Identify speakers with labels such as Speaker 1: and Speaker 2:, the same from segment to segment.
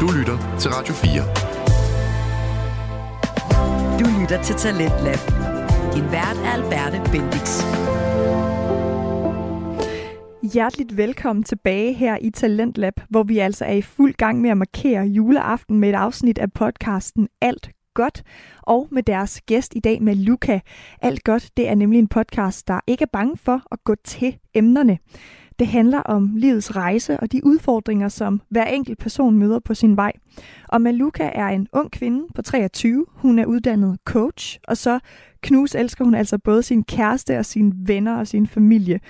Speaker 1: Du lytter til Radio
Speaker 2: Du lytter til Talentlab. Din vært er Alberte Bendix.
Speaker 3: Hjerteligt velkommen tilbage her i Talentlab, hvor vi altså er i fuld gang med at markere juleaften med et afsnit af podcasten Alt Godt, og med deres gæst i dag med Luca. Alt Godt, det er nemlig en podcast, der ikke er bange for at gå til emnerne. Det handler om livets rejse og de udfordringer, som hver enkelt person møder på sin vej. Og Maluka er en ung kvinde på 23. Hun er uddannet coach, og så knus elsker hun altså både sin kæreste og sine venner og sin familie.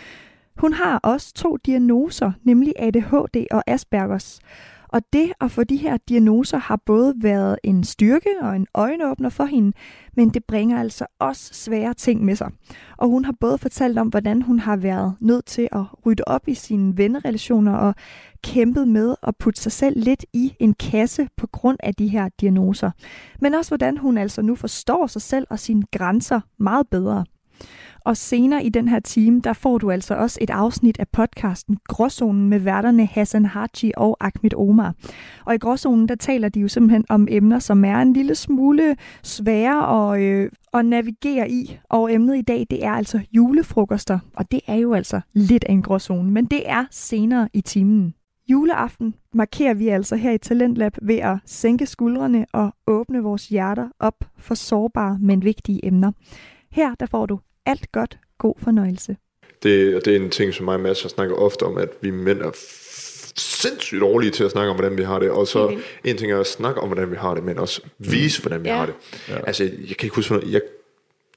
Speaker 3: Hun har også to diagnoser, nemlig ADHD og Aspergers. Og det at få de her diagnoser har både været en styrke og en øjenåbner for hende, men det bringer altså også svære ting med sig. Og hun har både fortalt om, hvordan hun har været nødt til at rydde op i sine vennerrelationer og kæmpet med at putte sig selv lidt i en kasse på grund af de her diagnoser. Men også hvordan hun altså nu forstår sig selv og sine grænser meget bedre. Og senere i den her time, der får du altså også et afsnit af podcasten Gråzonen med værterne Hassan Haji og Ahmed Omar. Og i Gråzonen, der taler de jo simpelthen om emner, som er en lille smule svære og, øh, at navigere i. Og emnet i dag, det er altså julefrokoster. Og det er jo altså lidt af en gråzone, men det er senere i timen. Juleaften markerer vi altså her i Talentlab ved at sænke skuldrene og åbne vores hjerter op for sårbare, men vigtige emner. Her der får du alt godt, god fornøjelse.
Speaker 4: Det, og det er en ting, som mig og Mads har snakket ofte om, at vi mænd er f- sindssygt dårlige til at snakke om, hvordan vi har det. Og så
Speaker 5: Helt
Speaker 4: en ting er at snakke om, hvordan vi har det, men også vise, hvordan vi
Speaker 5: Ja.
Speaker 4: har det. Altså, jeg kan ikke huske, hvornår- jeg,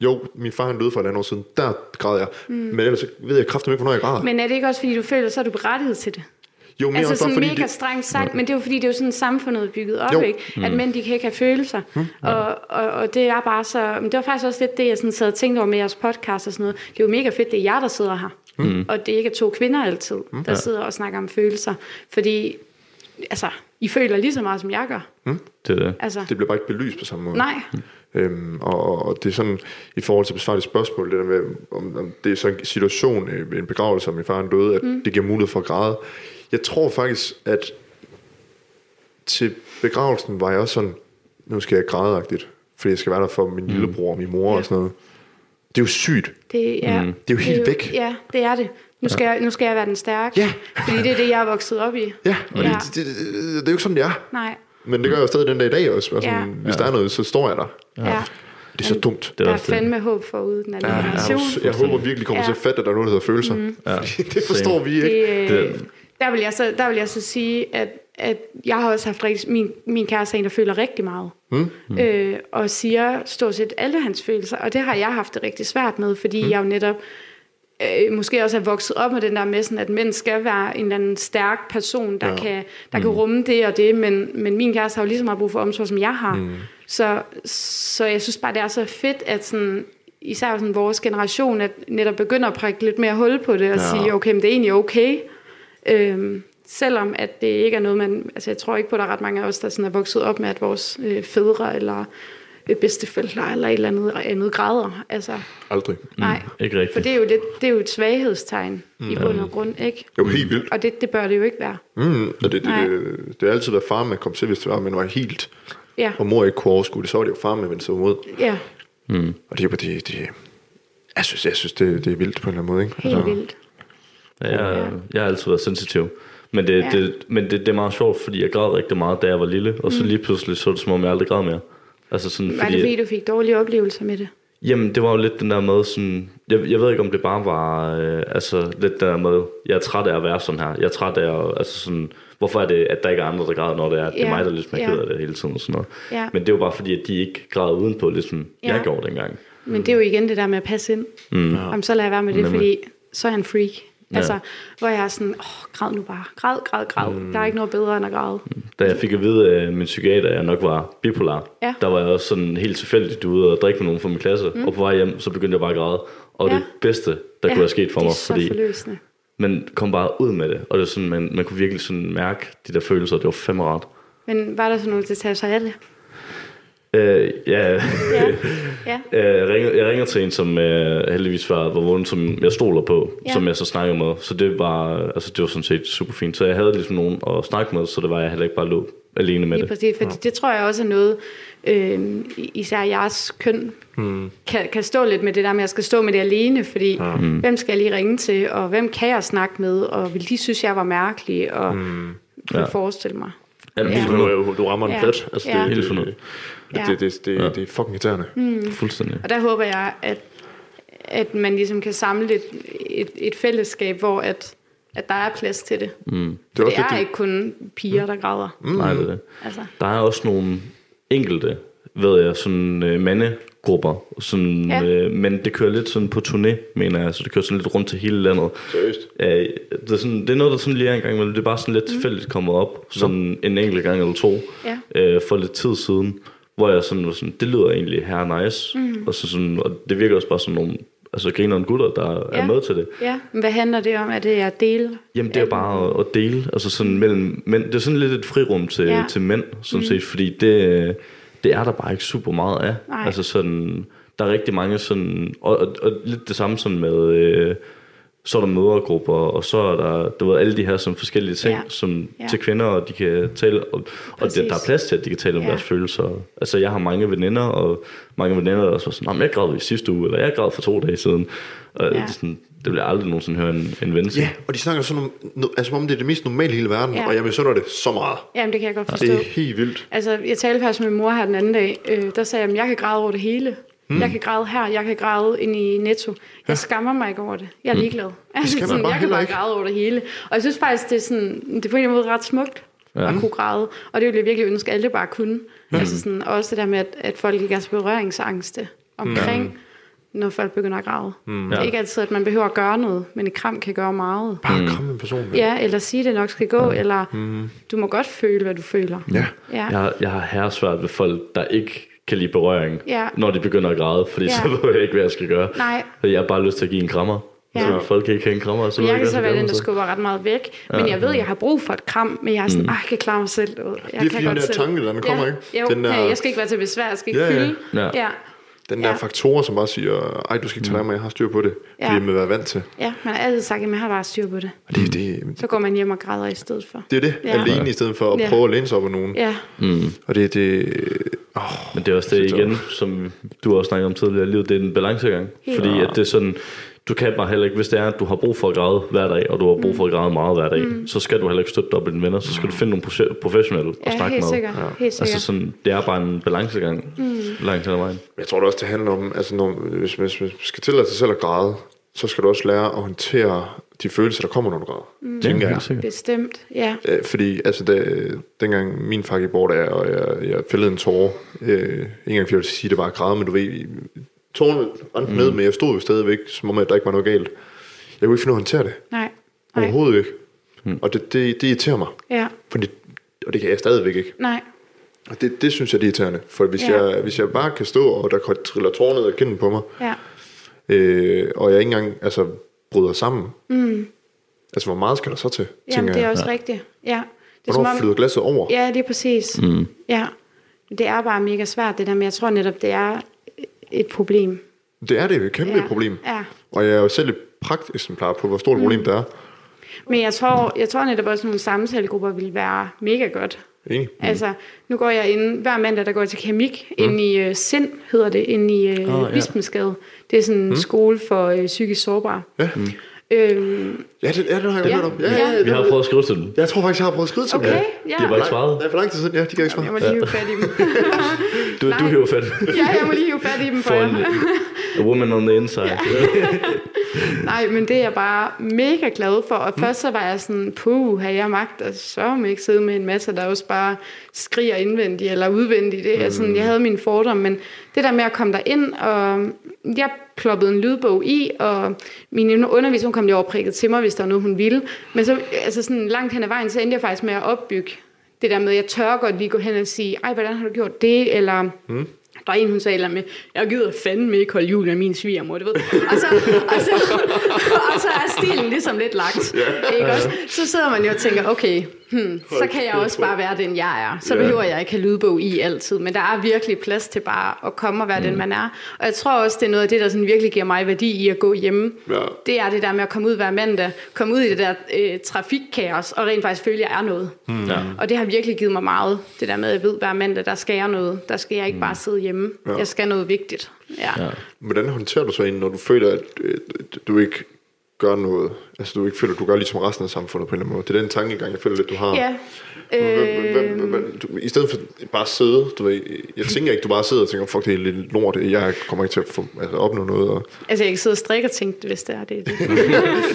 Speaker 4: jo, min far han døde for et andet år siden, der græd jeg. Mm. Men ellers så ved jeg kraftigt ikke, hvornår jeg græder. Men,
Speaker 5: Men er det ikke også, fordi du føler, så er du berettiget til det?
Speaker 4: jo, men
Speaker 5: altså
Speaker 4: også bare,
Speaker 5: sådan
Speaker 4: fordi
Speaker 5: mega
Speaker 4: det-
Speaker 5: strengt sagt, men det er jo fordi, det er jo sådan, samfundet er bygget op,
Speaker 4: Jo. Mm.
Speaker 5: ikke? At mænd, de kan ikke have følelser. Og, og, og det er bare så... Men det var faktisk også lidt det, jeg sådan sad og tænkte over med jeres podcast og sådan noget. Det er jo mega fedt, det er jer, der sidder her.
Speaker 4: Mm.
Speaker 5: Og det ikke er to kvinder altid, der sidder og snakker om følelser. Fordi, altså, I føler lige så meget, som jeg gør.
Speaker 6: Det er det.
Speaker 5: Altså,
Speaker 4: Mm. Det bliver bare ikke belyst på samme måde.
Speaker 5: nej.
Speaker 4: Øhm, og, og- og det er sådan, i forhold til at besvare dit spørgsmål, det der med, om, om det er sådan en situation, øh, ved en begravelse, om min far er døde, at mm. det giver mulighed for at græde. Jeg tror faktisk, at til begravelsen var jeg også sådan, nu skal jeg grædeagtigt, fordi jeg skal være der for min mm. lillebror og min mor ja. og sådan noget. Det er jo sygt.
Speaker 5: Det er, mm.
Speaker 4: Det er jo helt væk.
Speaker 5: Ja, det er det. Nu skal, jeg, nu skal jeg være den stærke.
Speaker 4: Ja.
Speaker 5: Fordi det er det, jeg er vokset op i.
Speaker 4: Ja, og
Speaker 5: Ja.
Speaker 4: ja. Det, det, det, det er jo ikke sådan, det er.
Speaker 5: Nej.
Speaker 4: Men det gør jeg jo stadig den dag i dag også. Og sådan,
Speaker 5: Ja.
Speaker 4: ja. Hvis der er noget, så står jeg der.
Speaker 5: Ja. ja.
Speaker 4: Det er så dumt.
Speaker 6: Det
Speaker 5: Der
Speaker 6: er
Speaker 5: er
Speaker 6: også det.
Speaker 5: fandme håb for ude den anden
Speaker 4: Ja,
Speaker 5: generation.
Speaker 4: jeg, jeg håber virkelig, de kommer
Speaker 5: Ja.
Speaker 4: til at fatte, at der er noget, der hedder følelser. Mm. Ja. det forstår vi ikke.
Speaker 5: Det, øh,
Speaker 6: Det-
Speaker 5: der, vil jeg så, der vil jeg så sige, at, at jeg har også haft rigtig, min, min kæreste er en, der føler rigtig meget. Mm. Øh, og siger stort set alle hans følelser. Og det har jeg haft det rigtig svært med, fordi mm. jeg jo netop øh, måske også er vokset op med den der med, sådan, at mænd skal være en eller anden stærk person, der, ja. kan, der mm. kan rumme det og det, men, men min kæreste har jo lige så meget brug for omsorg, som jeg har. Mm. Så, så jeg synes bare, det er så fedt, at sådan, især sådan vores generation, at netop begynder at prikke lidt mere hul på det og ja. sige, okay, men det er egentlig okay. Øhm, selvom at det ikke er noget, man... Altså jeg tror ikke på, at der er ret mange af os, der sådan er vokset op med, at vores øh, fædre eller øh, bedsteforældre eller et eller andet, andet græder. Altså,
Speaker 4: Aldrig.
Speaker 5: nej.
Speaker 6: Ikke rigtigt.
Speaker 5: For det er jo, lidt, det er jo et svaghedstegn mm. i bund og grund, ikke?
Speaker 4: Jo, helt vildt.
Speaker 5: Og det, det bør det jo ikke være.
Speaker 4: Mm. Og det, det,
Speaker 5: Nej.
Speaker 4: det, det, har altid været far med at komme til, hvis det var, men var helt...
Speaker 5: Ja,
Speaker 4: Og mor ikke kunne overskue det, så var det jo far med, men så mod.
Speaker 5: ja
Speaker 4: Og det er jo det, det, jeg synes, jeg synes det, det er vildt på en eller anden måde. Ikke?
Speaker 5: helt vildt.
Speaker 6: Ja, jeg, jeg har altid været sensitiv. Men, det,
Speaker 5: Ja.
Speaker 6: ja. det, men det, det er meget sjovt, fordi jeg græd rigtig meget, da jeg var lille. Og så lige pludselig så det, som om jeg aldrig græd mere. Altså sådan,
Speaker 5: Mm. Var det fordi, du fik dårlige oplevelser med det?
Speaker 6: Jamen, det var jo lidt den der med sådan... Jeg, jeg ved ikke, om det bare var... Øh, altså, lidt den der med... Jeg er træt af at være sådan her. Jeg er træt af at... Altså sådan, hvorfor er det, at der ikke er andre, der græder, når det er, at det
Speaker 5: Ja,
Speaker 6: er mig, der ligesom er
Speaker 5: ja.
Speaker 6: ked af det hele tiden og sådan noget.
Speaker 5: Ja.
Speaker 6: Men det var bare fordi, at de ikke græd udenpå, ligesom
Speaker 5: Ja.
Speaker 6: ja. jeg gjorde dengang.
Speaker 5: Men det er jo igen det der med at passe ind. Mm. Om så lader jeg være med det,
Speaker 6: Nemlig.
Speaker 5: fordi så er jeg en freak. Altså, hvor jeg er sådan, åh, græd nu bare. Græd, græd, græd. Mm. Der er ikke noget bedre end at græde.
Speaker 6: Da jeg fik at vide af min psykiater, at jeg nok var bipolar,
Speaker 5: Ja.
Speaker 6: der var jeg også sådan helt tilfældigt ude og drikke med nogen fra min klasse. Mm. Og på vej hjem, så begyndte jeg bare at græde. Og
Speaker 5: Ja.
Speaker 6: det bedste, der ja, kunne have sket for
Speaker 5: det er
Speaker 6: mig,
Speaker 5: så
Speaker 6: fordi
Speaker 5: forløsende.
Speaker 6: man kom bare ud med det. Og det var sådan, man, man kunne virkelig sådan mærke de der følelser, det var fandme rart.
Speaker 5: Men var der så nogen, der tage sig af det?
Speaker 6: Øh, ja,
Speaker 5: Ja. ja.
Speaker 6: Øh, Jeg ringede, jeg ringede til en, som øh, heldigvis var, var vågen, som jeg stoler på,
Speaker 5: Ja.
Speaker 6: ja. som jeg så snakkede med. Så det var, øh, altså, det var sådan set super fint. Så jeg havde ligesom nogen at snakke med, så det var jeg heller ikke bare lå alene med
Speaker 5: Lige
Speaker 6: det.
Speaker 5: præcis, fordi det tror jeg også er noget, øh, især jeres køn, mm. kan, kan stå lidt med det der med, at jeg skal stå med det alene, fordi mm. hvem skal jeg lige ringe til, og hvem kan jeg snakke med, og vil de synes, jeg var mærkelig, og mm. kunne ja.
Speaker 6: Ja.
Speaker 5: forestille mig.
Speaker 6: Jamen,
Speaker 5: Ja.
Speaker 6: helt
Speaker 4: Du, er
Speaker 6: 100.
Speaker 4: jo- du rammer den
Speaker 5: Ja.
Speaker 4: plet. Altså,
Speaker 5: Ja. Mm.
Speaker 4: det,
Speaker 6: Helt
Speaker 4: det,
Speaker 6: hundrede.
Speaker 4: det,
Speaker 5: Ja.
Speaker 4: det, det, det,
Speaker 6: Ja.
Speaker 4: det er fucking irriterende.
Speaker 6: Fuldstændig.
Speaker 5: Og der håber jeg, at, at man ligesom kan samle et, et, et fællesskab, hvor at, at der er plads til det. Mm.
Speaker 4: Det
Speaker 5: Det,
Speaker 4: er
Speaker 5: er
Speaker 4: også det,
Speaker 5: det er
Speaker 4: det-
Speaker 5: ikke kun piger, der græder.
Speaker 6: Mm. Nej, det er det.
Speaker 5: Altså,
Speaker 6: Der er også nogle enkelte, ved jeg, sådan øh, mandegrupper, sådan,
Speaker 5: Ja.
Speaker 6: ja. øh, men det kører lidt sådan på turné, mener jeg, så det kører sådan lidt rundt til hele landet.
Speaker 4: Seriøst?
Speaker 6: Øh, det, er sådan, det er noget, der sådan lige er en gang imellem, det er bare sådan lidt tilfældigt kommer op, sådan en enkelt gang eller to,
Speaker 5: Mm. Ja.
Speaker 6: øh, for lidt tid siden, hvor jeg sådan var sådan, det lyder egentlig her nice, mm. og, så sådan, og det virker også bare som nogle, altså griner gutter, der ja.
Speaker 5: Ja.
Speaker 6: er med til det.
Speaker 5: ja, men hvad handler det om? Er det at dele?
Speaker 6: Jamen det er jo bare at- at dele, altså sådan mellem mænd. Det er sådan lidt et frirum til,
Speaker 5: Ja.
Speaker 6: ja. til mænd, sådan mm. set, fordi det, det er der bare ikke super meget af.
Speaker 5: Nej.
Speaker 6: Altså sådan, der er rigtig mange sådan, og, og, og lidt det samme sådan med, øh, så er der mødergrupper, og så er der, du ved, alle de her sådan forskellige ting,
Speaker 5: Ja.
Speaker 6: ja. som
Speaker 5: Ja.
Speaker 6: ja. til kvinder, og de kan tale, og, og
Speaker 5: Præcis.
Speaker 6: det, der er plads til, at de kan tale om
Speaker 5: Ja.
Speaker 6: ja. deres følelser. Altså jeg har mange veninder, og mange veninder der også var sådan, "Nå, men jeg græd i sidste uge, eller jeg græd for to dage siden. Og
Speaker 5: Ja.
Speaker 6: ja. sådan, det vil jeg aldrig nogensinde høre en, en ven sige.
Speaker 4: Ja, og de snakker sådan om, no- altså, som om det er det mest normale i hele verden,
Speaker 5: Ja.
Speaker 4: og jeg misunder det så meget.
Speaker 5: Jamen, det kan jeg godt forstå.
Speaker 4: Det er helt vildt.
Speaker 5: Altså, jeg talte faktisk med min mor her den anden dag. Øh, der sagde jeg, at jeg kan græde over det hele.
Speaker 4: Hmm.
Speaker 5: Mm. Jeg kan græde her, jeg kan græde ind i Netto. Jeg skammer mig ikke over det. Jeg
Speaker 4: Hmm.
Speaker 5: er ligeglad. Altså,
Speaker 4: man
Speaker 5: sådan,
Speaker 4: bare
Speaker 5: jeg kan
Speaker 4: heller
Speaker 5: bare
Speaker 4: ikke.
Speaker 5: græde over det hele. Og jeg synes faktisk, det er, sådan, det er på en eller anden måde ret smukt ja. at kunne græde. Og det ville jeg virkelig ønske, at alle bare kunne. Mm. Altså sådan, og også det der med, at, at folk ikke er så berøringsangste omkring, mm. når folk begynder at græde.
Speaker 4: Hmm.
Speaker 5: Mm. Det er
Speaker 6: Ja.
Speaker 5: ikke altid, at man behøver at gøre noget, men et kram kan gøre meget.
Speaker 4: Bare kom med en person. med.
Speaker 5: Ja, eller sige, det nok skal gå, ja. eller mm. du må godt føle, hvad du føler.
Speaker 4: Mm-hmm. Ja.
Speaker 5: Ja.
Speaker 6: Jeg, har- jeg har herresvært ved folk, der ikke kan lide berøring,
Speaker 5: Ja.
Speaker 6: når de begynder at græde, fordi
Speaker 5: Ja.
Speaker 6: ja. så ved jeg ikke, hvad jeg skal gøre.
Speaker 5: Nej.
Speaker 6: Og jeg har bare lyst til at give en krammer.
Speaker 5: Ja.
Speaker 6: Ja. Så folk ikke kan en krammer, så ved
Speaker 5: Jeg kan
Speaker 6: ikke,
Speaker 5: så
Speaker 6: hvad
Speaker 5: være den,
Speaker 6: jeg
Speaker 5: der
Speaker 6: skal gøre.
Speaker 5: skubber ret meget væk. Men jeg ved, jeg har brug for et kram, men jeg er sådan, mm. jeg kan klare mig selv. ud. Jeg
Speaker 4: Det er
Speaker 5: kan
Speaker 4: fordi den
Speaker 5: godt
Speaker 4: der
Speaker 5: selv."
Speaker 4: tanke, der, den kommer,
Speaker 5: ja.
Speaker 4: ikke?
Speaker 5: Jo,
Speaker 4: Den
Speaker 5: den
Speaker 4: der-
Speaker 5: der... ja, jeg skal ikke være til besvær, jeg skal ikke
Speaker 4: Ja, ja.
Speaker 5: fylde.
Speaker 6: Ja.
Speaker 5: ja.
Speaker 4: Den der
Speaker 5: Ja.
Speaker 4: faktorer, som bare siger, ej, du skal
Speaker 6: Mm.
Speaker 4: ikke tage dig med, jeg har styr på det.
Speaker 5: Ja.
Speaker 4: Fordi man vil være vant til.
Speaker 5: ja, man har altid sagt, at man har bare styr på det.
Speaker 4: Og
Speaker 6: Mm.
Speaker 4: det, det,
Speaker 5: Så går man hjem og græder i stedet for.
Speaker 4: det Mm, er det,
Speaker 5: Ja.
Speaker 4: alene i stedet for at
Speaker 5: Ja.
Speaker 4: prøve at læne sig op af nogen.
Speaker 5: Ja,
Speaker 4: Og det er det... Åh,
Speaker 6: Men det er også det
Speaker 4: Så dog.
Speaker 6: igen, som du også snakkede om tidligere i livet, det er en balancegang.
Speaker 5: Helt
Speaker 6: Fordi
Speaker 5: klart.
Speaker 6: at det er sådan, du kan bare heller ikke, hvis det er, at du har brug for at græde hver dag, og du har brug for at græde meget hver dag, mm. så skal du heller ikke støtte dig op i dine venner, så skal
Speaker 4: Mm.
Speaker 6: du finde nogle proce- professionelle at
Speaker 5: ja
Speaker 6: snakke
Speaker 5: helt
Speaker 6: med.
Speaker 5: sikkert. Ja. Helt sikkert.
Speaker 6: Altså sådan, det er bare en balancegang mm. langt hen ad vejen.
Speaker 4: Men jeg tror det også, det handler om, altså når, hvis, hvis man skal tillade sig selv at græde, så skal du også lære at håndtere de følelser, der kommer, når du græder. Mm. Tænker jeg.
Speaker 6: helt sikkert.
Speaker 5: Bestemt, ja.
Speaker 4: Øh, Fordi altså, da, dengang min far gik bort, af, og jeg, jeg fældede en tårer, øh, ikke engang fordi jeg ville sige, det var at græde, men du ved, tårerne rendte mm. ned, men jeg stod jo stadigvæk, som om at der ikke var noget galt. Jeg kunne ikke finde ud af at håndtere det.
Speaker 5: Nej. Nej.
Speaker 4: Overhovedet ikke. Mm. Og det, det, det irriterer mig.
Speaker 5: Ja.
Speaker 4: Fordi, og det kan jeg stadigvæk ikke.
Speaker 5: Nej.
Speaker 4: Og det, det synes jeg, det er irriterende. For hvis,
Speaker 5: Ja.
Speaker 4: ja. jeg, hvis jeg bare kan stå, og der triller tårer ned og kinden på mig,
Speaker 5: Ja.
Speaker 4: øh, og jeg ikke engang altså, bryder sammen. Mm. Altså, hvor meget skal der så til,
Speaker 5: Jamen, det er
Speaker 4: jeg?
Speaker 5: også rigtigt. Ja. Det er som
Speaker 4: Hvornår
Speaker 5: om,
Speaker 4: flyder glasset over?
Speaker 5: Ja, det er præcis. Mm. Ja. Det er bare mega svært, det der, men jeg tror netop, det er et problem.
Speaker 4: Det er det, et kæmpe
Speaker 5: Ja,
Speaker 4: problem.
Speaker 5: ja. Mm.
Speaker 4: Og jeg er jo selv et pragteksemplar på, hvor stort et problem det er.
Speaker 5: Men jeg tror, jeg tror netop også, at nogle samtalegrupper ville være mega godt.
Speaker 4: Enig?
Speaker 5: Mm. Altså, nu går jeg ind hver mandag, der går jeg til keramik mm. ind i uh, Sind, hedder det, ind i uh, oh,
Speaker 6: ja.
Speaker 5: Bispensgade. Det er sådan en mm. skole for uh, psykisk sårbare.
Speaker 4: Ja.
Speaker 5: Øhm,
Speaker 4: Ja, det, ja, det har jeg
Speaker 5: Ja.
Speaker 4: hørt om. Ja, ja,
Speaker 5: Ja.
Speaker 4: ja,
Speaker 6: Vi har
Speaker 4: det-
Speaker 6: prøvet at skrive til dem.
Speaker 4: Jeg tror faktisk, jeg har prøvet at skrive til
Speaker 5: Okay,
Speaker 4: dem.
Speaker 5: ja.
Speaker 6: De har bare ikke svaret.
Speaker 4: Det er for lang tid siden. Ja, de kan ikke svare.
Speaker 5: jeg må lige hive fat i dem.
Speaker 6: Du, du
Speaker 5: Nej.
Speaker 6: hiver fat
Speaker 5: ja, jeg må lige hive fat i dem for,
Speaker 6: for
Speaker 5: for
Speaker 6: en a woman on the inside.
Speaker 5: Nej, men det er jeg bare mega glad for. Og først så var jeg sådan, puh, har jeg magt at sørge ikke sidde med en masse, der også bare skriger indvendigt eller udvendigt. Det er sådan, jeg havde mine fordomme, men det der med at komme derind, og jeg ploppede en lydbog i, og min underviser, hun kom lige overprikket til mig, hvis der var noget, hun ville. Men så altså sådan, langt hen ad vejen, så endte jeg faktisk med at opbygge det der med, at jeg tør godt lige gå hen og sige, ej, hvordan har du gjort det, eller... Mm. Der er en, hun sagde et eller andet med, jeg gider fandme ikke holde jul af min svigermor, du ved. Og så, og så, og så er stilen ligesom lidt lagt. Ikke også? Så sidder man jo og tænker, okay, hmm, så kan jeg også bare være den, jeg er. Så
Speaker 4: Ja.
Speaker 5: behøver jeg ikke have lydbog i altid. Men der er virkelig plads til bare at komme og være
Speaker 4: Mm.
Speaker 5: den, man er. Og jeg tror også, det er noget af det, der sådan virkelig giver mig værdi i at gå hjemme.
Speaker 4: Ja.
Speaker 5: Det er det der med at komme ud hver mandag, komme ud i det der øh, trafikkaos, og rent faktisk føle, at jeg er noget.
Speaker 4: Mm.
Speaker 6: Ja.
Speaker 5: Og det har virkelig givet mig meget, det der med, at jeg ved hver mandag, der skal jeg noget. Der skal jeg ikke bare sidde hjemme.
Speaker 4: Mm. Ja.
Speaker 5: Jeg skal noget vigtigt. Ja. ja.
Speaker 4: Hvordan håndterer du så en, når du føler, at øh, du ikke gør noget? Altså, du ikke føler, at du gør ligesom resten af samfundet på en eller anden måde. Det er den tankegang, jeg føler lidt, du har.
Speaker 5: Ja. Øh, øhm.
Speaker 4: Hvem- hvem- hvem- hvem- du- I stedet for bare at sidde, du ved, jeg tænker ikke, du bare sidder og tænker, fuck det er lidt lort, jeg kommer ikke til at få, altså, opnå noget. Og...
Speaker 5: Altså, jeg kan sidde og strikke og tænke, hvis det er det. er det.
Speaker 4: Nej,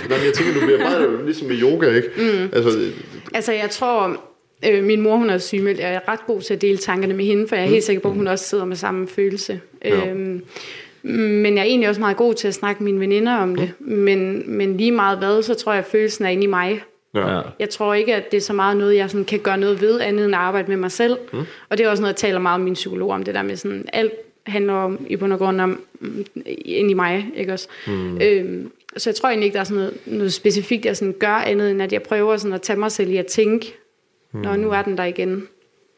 Speaker 4: men jeg tænker, du bliver meget ligesom med yoga, ikke? Mm. Altså,
Speaker 5: altså, jeg tror, øh, min mor, hun er sygemeldt, og jeg er ret god til at dele tankerne med hende, for jeg er helt sikker på, at hun også sidder med samme følelse.
Speaker 4: Mm. Ja.
Speaker 5: Øhm, men jeg er egentlig også meget god til at snakke med mine veninder
Speaker 4: Mm.
Speaker 5: om det. Men, men lige meget hvad, så tror jeg, at følelsen er inde i mig.
Speaker 4: ja.
Speaker 6: Ja.
Speaker 4: ja.
Speaker 5: Jeg tror ikke, at det er så meget noget, jeg sådan kan gøre noget ved, andet end at arbejde med mig selv. Mm. Og det er også noget, jeg taler meget om min psykolog om, det der med sådan, alt handler om, i bund og grund om, mm, ind i mig, ikke også? Mm. Øhm, så jeg tror egentlig ikke, der er sådan noget, noget specifikt, jeg sådan gør, andet end at jeg prøver sådan at tage mig selv i at tænke, mm. når nu er den der igen,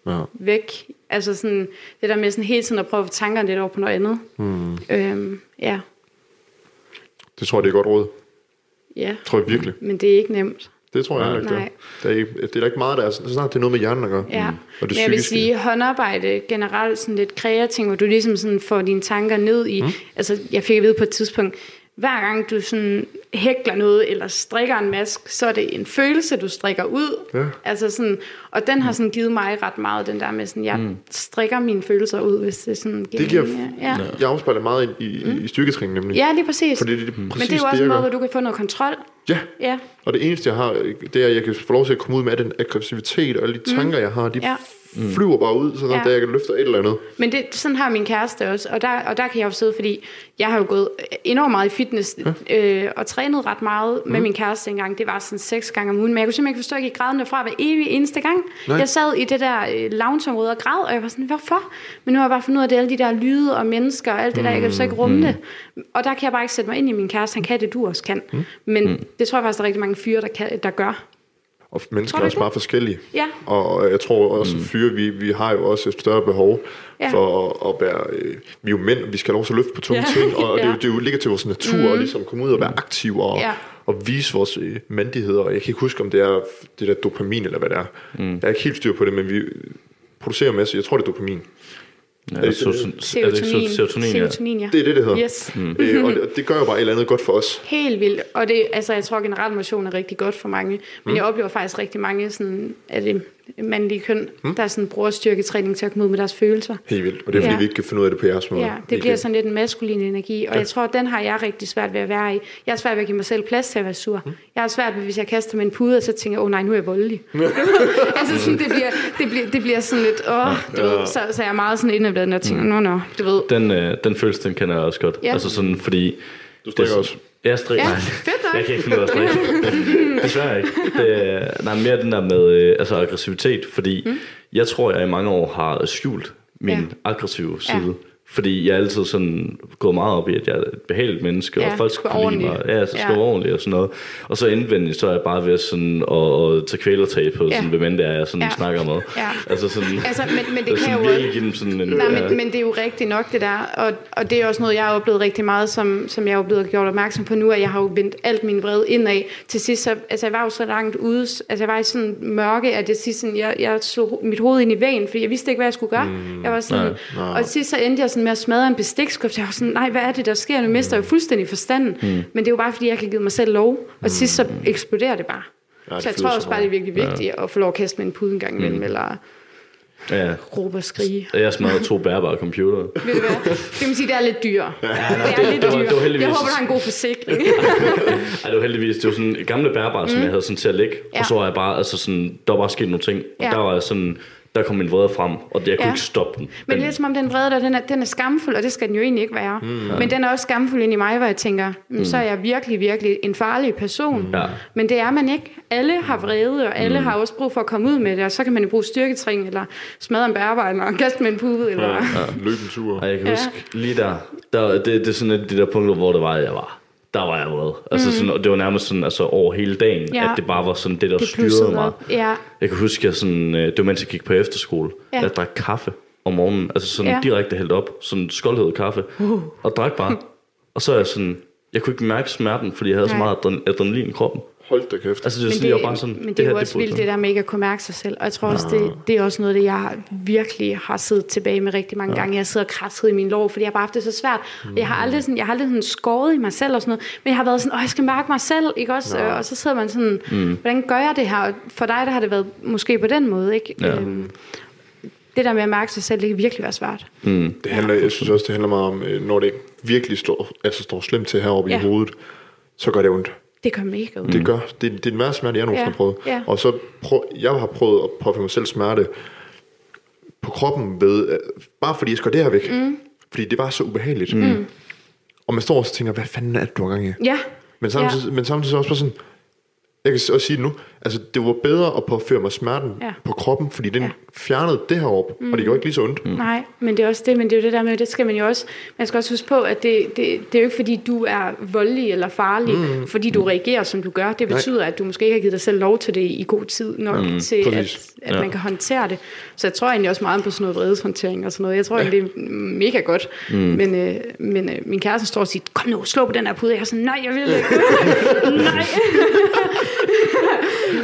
Speaker 4: ja.
Speaker 5: væk. Altså sådan, det der med sådan hele tiden at prøve at få tankerne lidt over på noget andet. Mm. Øhm, ja,
Speaker 4: Det tror jeg, det er et godt råd.
Speaker 5: ja.
Speaker 4: Tror jeg virkelig.
Speaker 5: Men det er ikke nemt.
Speaker 4: Det tror jeg heller ikke, det er.
Speaker 5: Nej.
Speaker 4: Der er ikke, det er der ikke meget, der er, så snart det er noget med hjernen at gøre.
Speaker 5: Ja,
Speaker 4: Mm. Og det
Speaker 5: men jeg vil
Speaker 4: psykiske.
Speaker 5: sige, håndarbejde generelt sådan lidt kreativt, hvor du ligesom sådan får dine tanker ned i, mm. altså jeg fik at vide på et tidspunkt, hver gang du sådan hækler noget eller strikker en mask, så er det en følelse, du strikker ud.
Speaker 4: Ja.
Speaker 5: Altså sådan, og den har sådan givet mig ret meget, den der med sådan, jeg mm. strikker mine følelser ud, hvis det sådan giver
Speaker 4: det giver,
Speaker 5: mening, ja. Ja.
Speaker 4: jeg afspejler meget ind i, mm. i styrketræning nemlig.
Speaker 5: ja, lige præcis.
Speaker 4: Fordi det er præcis
Speaker 5: men det er jo også
Speaker 4: jeg
Speaker 5: en måde,
Speaker 4: gør.
Speaker 5: hvor du kan få noget kontrol.
Speaker 4: Ja,
Speaker 5: Ja,
Speaker 4: og det eneste jeg har, det er, at jeg kan få lov til at komme ud med al den aggressivitet og alle de tanker, jeg har, de
Speaker 5: Mm. Ja.
Speaker 4: flyver bare ud, sådan
Speaker 5: Ja.
Speaker 4: ja. at jeg kan løfte et eller andet.
Speaker 5: Men det, sådan har min kæreste også, og der, og der kan jeg jo sidde, fordi jeg har jo gået enormt meget i fitness øh, og trænet ret meget med min kæreste engang. Det var sådan seks gange om ugen, men jeg kunne simpelthen ikke forstå, at jeg gik grædende fra hver evig eneste gang. Nej.
Speaker 4: Nej.
Speaker 5: Jeg sad i det der øh, loungeområde og græd, og jeg var sådan, hvorfor? Men nu har jeg bare fundet ud af, at det er alle de der lyde og mennesker og alt det der, jeg kan
Speaker 6: Mm.
Speaker 5: jo så ikke rumme det. Og der kan jeg bare ikke sætte mig ind i min kæreste, han kan det, du også kan.
Speaker 6: Mm.
Speaker 5: Men det tror jeg faktisk, der er rigtig mange fyre, der, kan, der gør.
Speaker 4: Og mennesker
Speaker 5: Tror du
Speaker 4: er også
Speaker 5: ikke
Speaker 4: meget forskellige.
Speaker 5: Ja.
Speaker 4: Og jeg tror også, at fyre, vi, vi har jo også et større behov
Speaker 5: Ja.
Speaker 4: ja. for at, at være... Øh, vi er jo mænd, og vi skal have lov til at løfte på tunge
Speaker 5: Ja.
Speaker 4: ja. ting, og det, er
Speaker 5: Ja.
Speaker 4: jo, det er jo ligger til vores natur mm. at ligesom komme ud og være aktiv og,
Speaker 5: Ja.
Speaker 4: ja. og vise vores øh, mandigheder. Og jeg kan ikke huske, om det er det der dopamin eller hvad det er. Mm. Jeg er ikke helt styr på det, men vi producerer en masse. Jeg tror, det er dopamin.
Speaker 6: Ja, serotonin. Er det
Speaker 5: Serotonin.
Speaker 6: ikke serotonin? ja.
Speaker 5: Serotonin, ja.
Speaker 4: Det er det, det hedder.
Speaker 5: Yes.
Speaker 4: Mm. Øh, og det, og det gør jo bare et eller andet godt for os.
Speaker 5: Helt vildt, og det, altså, jeg tror generelt motion er rigtig godt for mange, men mm. jeg oplever faktisk rigtig mange sådan, af det mandlige køn, mm. der sådan bruger styrketræning til at komme ud med deres følelser.
Speaker 4: Helt vildt. Og det er, fordi
Speaker 5: Ja.
Speaker 4: vi ikke kan finde ud af det på jeres måde.
Speaker 5: Ja,
Speaker 4: Vi
Speaker 5: det bliver
Speaker 4: kan-
Speaker 5: sådan lidt en maskulin energi, og ja. jeg tror, den har jeg rigtig svært ved at være i. Jeg har svært ved at give mig selv plads til at være sur. Mm. Jeg har svært ved, hvis jeg kaster med en pude, og så tænker jeg, åh oh, nej, nu er jeg voldelig. altså sådan, det bliver, det bliver, det bliver sådan lidt, åh, oh, du ved, så, så jeg er meget sådan indebladet, og tænker, nå, nå, du ved.
Speaker 6: Den, øh, den følelse, den kender jeg også godt.
Speaker 5: Ja.
Speaker 6: Altså sådan, fordi...
Speaker 4: Du strikker
Speaker 6: det er-
Speaker 4: også.
Speaker 6: Jeg strikker.
Speaker 5: Ja,
Speaker 6: Nej,
Speaker 5: fedt nok.
Speaker 6: Jeg kan ikke finde ud af at strikke. Desværre ikke. Det, er- nej, mere den der med øh, altså aggressivitet, fordi mm. jeg tror, jeg i mange år har skjult min
Speaker 5: Ja.
Speaker 6: ja. aggressive side. Ja. Fordi jeg er altid sådan gået meget op i, at jeg er et behageligt menneske,
Speaker 5: Ja,
Speaker 6: og folk
Speaker 5: skal
Speaker 6: skal
Speaker 5: være
Speaker 6: kunne lide mig.
Speaker 5: ordentlig.
Speaker 6: Ja, altså, skal
Speaker 5: Ja.
Speaker 6: ja. ordentligt og sådan noget. Og så indvendigt, så er jeg bare ved sådan at, at tage kvælertag på,
Speaker 5: Ja.
Speaker 6: sådan, hvem end det er, jeg sådan
Speaker 5: Ja.
Speaker 6: ja. snakker med.
Speaker 5: Ja.
Speaker 6: Altså, sådan,
Speaker 5: Altså, men- men det
Speaker 6: og
Speaker 5: kan
Speaker 6: sådan
Speaker 5: jo
Speaker 6: virkelig
Speaker 5: også-
Speaker 6: give dem sådan en...
Speaker 5: Nej,
Speaker 6: ja.
Speaker 5: men, men det er jo rigtigt nok det der, og, og det er også noget, jeg har oplevet rigtig meget, som, som jeg er jo blevet gjort opmærksom på nu, at jeg har jo vendt alt min vrede indad. Til sidst, så, altså jeg var jo så langt ude, altså jeg var i sådan mørke, at jeg, sidst, sådan, jeg, jeg slog mit hoved ind i vægen, fordi jeg vidste ikke, hvad jeg skulle gøre. Mm, jeg var sådan, nej, nej. Og til sidst så endte jeg sådan med at smadre en bestikskuffe, jeg var sådan, nej, hvad er det, der sker? Nu mister jeg jo fuldstændig forstanden. Mm. Men det er jo bare, fordi jeg kan give mig selv lov, og til sidst så eksploderer det bare. Ja,
Speaker 4: det
Speaker 5: så jeg tror
Speaker 4: flyder
Speaker 5: også
Speaker 4: så
Speaker 5: bare, det er
Speaker 4: meget.
Speaker 5: virkelig vigtigt ja. at få lov at kaste med en pude en gang imellem, mm. eller
Speaker 6: Ja.
Speaker 5: råbe og skrige.
Speaker 6: Og Jeg smadrede to bærbare computere.
Speaker 5: Ved du hvad? Det kan man sige, det er lidt dyrere. Ja, det er
Speaker 6: det-
Speaker 5: lidt
Speaker 6: det var- det var
Speaker 5: dyrere.
Speaker 6: heldigvis-
Speaker 5: Jeg håber, du har en god forsikring.
Speaker 6: Ej, det var heldigvis, det var sådan gamle bærbare, mm. som jeg havde sådan til at ligge.
Speaker 5: Ja.
Speaker 6: Og så var jeg bare, altså sådan, der var bare sket nogle ting. Og
Speaker 5: Ja.
Speaker 6: der var jeg sådan, der kom min vrede frem, og jeg kunne
Speaker 5: Ja.
Speaker 6: ikke stoppe den.
Speaker 5: Men det er som om den vrede der, den er, den er skamfuld, og det skal den jo egentlig ikke være. Mm, Men den er også skamfuld ind i mig, hvor jeg tænker, mm. så er jeg virkelig, virkelig en farlig person.
Speaker 6: Ja.
Speaker 5: Men det er man ikke. Alle har vrede, og alle mm. har også brug for at komme ud med det, og så kan man jo bruge styrketræning, eller smadre en bærbar, eller kaste med en pude, eller... Ja.
Speaker 4: Ja. Løb en tur.
Speaker 6: Og jeg kan
Speaker 5: Ja.
Speaker 6: ja. huske, lige der, der det, det er sådan et af de der punkter, hvor det var, at jeg var der var jeg vred. Altså, mm. sådan, og det var nærmest sådan, altså, over hele dagen,
Speaker 5: Ja.
Speaker 6: ja. at det bare var sådan det, der det
Speaker 5: blussede
Speaker 6: styrede mig.
Speaker 5: op. Ja.
Speaker 6: Jeg kan huske, jeg sådan, øh, det var mens jeg gik på efterskole.
Speaker 5: Ja.
Speaker 6: Ja. Jeg drak kaffe om morgenen, altså sådan
Speaker 5: Ja.
Speaker 6: ja. direkte hældt op, sådan skoldhed kaffe, uh. og drak bare. og så er jeg sådan, jeg kunne ikke mærke smerten, fordi jeg havde Nej. så
Speaker 5: Nej.
Speaker 6: meget adren- adrenalin i kroppen.
Speaker 4: Hold da kæft.
Speaker 6: Altså det er
Speaker 5: Men
Speaker 6: sådan, jeg var bare sådan,
Speaker 5: men det, det er jo også
Speaker 6: burde
Speaker 5: vildt,
Speaker 6: være.
Speaker 5: det der med ikke at kunne mærke sig selv. Og jeg tror også, det, det er også noget, det jeg virkelig har siddet tilbage med rigtig mange ja. gange. Jeg sidder og krasset i min lår, fordi jeg har bare haft det så svært. Og jeg
Speaker 6: Mm.
Speaker 5: har aldrig, sådan, jeg har aldrig sådan skåret i mig selv og sådan noget. Men jeg har været sådan, åh, jeg skal mærke mig selv, ikke også? Ja. Og så sidder man sådan, mm. hvordan gør jeg det her? Og for dig, der har det været måske på den måde, ikke?
Speaker 6: Ja.
Speaker 5: Øhm, det der med at mærke sig selv, det kan virkelig være svært.
Speaker 4: Det handler, jeg synes også, det handler meget om, øh, når det virkelig står, altså står slemt til heroppe
Speaker 5: Ja.
Speaker 4: i hovedet, så gør det ondt.
Speaker 5: Det gør mega ud.
Speaker 4: Det gør, det, det er den værste smerte, jeg nogensinde
Speaker 5: Ja,
Speaker 4: har prøvet.
Speaker 5: ja.
Speaker 4: Og så prøv, jeg har prøvet at påføre mig selv smerte på kroppen ved, øh, bare fordi jeg skal det her væk. Mm. Fordi det var så ubehageligt. Mm. Og man står og så tænker, hvad fanden er det, du har gang i?
Speaker 5: Ja.
Speaker 4: Men samtidig, ja. men samtidig så også bare sådan, jeg kan s- også sige det nu, altså det var bedre at påføre mig smerten
Speaker 5: Ja.
Speaker 4: ja. på kroppen, fordi den
Speaker 5: Ja.
Speaker 4: ja. fjernede det her op, mm. og det gjorde ikke lige så ondt. Mm.
Speaker 5: Nej, men det er også det, men det er jo det der med, det skal man jo også, man skal også huske på, at det, det, det er jo ikke fordi, du er voldelig eller farlig, mm. fordi du reagerer, som du gør. Det
Speaker 4: Nej.
Speaker 5: betyder, at du måske ikke har givet dig selv lov til det i god tid nok mm. til, at,
Speaker 4: præcis.
Speaker 5: at ja. man kan håndtere det. Så jeg tror egentlig også meget på sådan noget vredeshåndtering og sådan noget. Jeg tror egentlig, det er mega godt. Mm. Men, øh, men øh, min kæreste står og siger, kom nu, slå på den her pude. Jeg er sådan, nej, jeg vil ikke.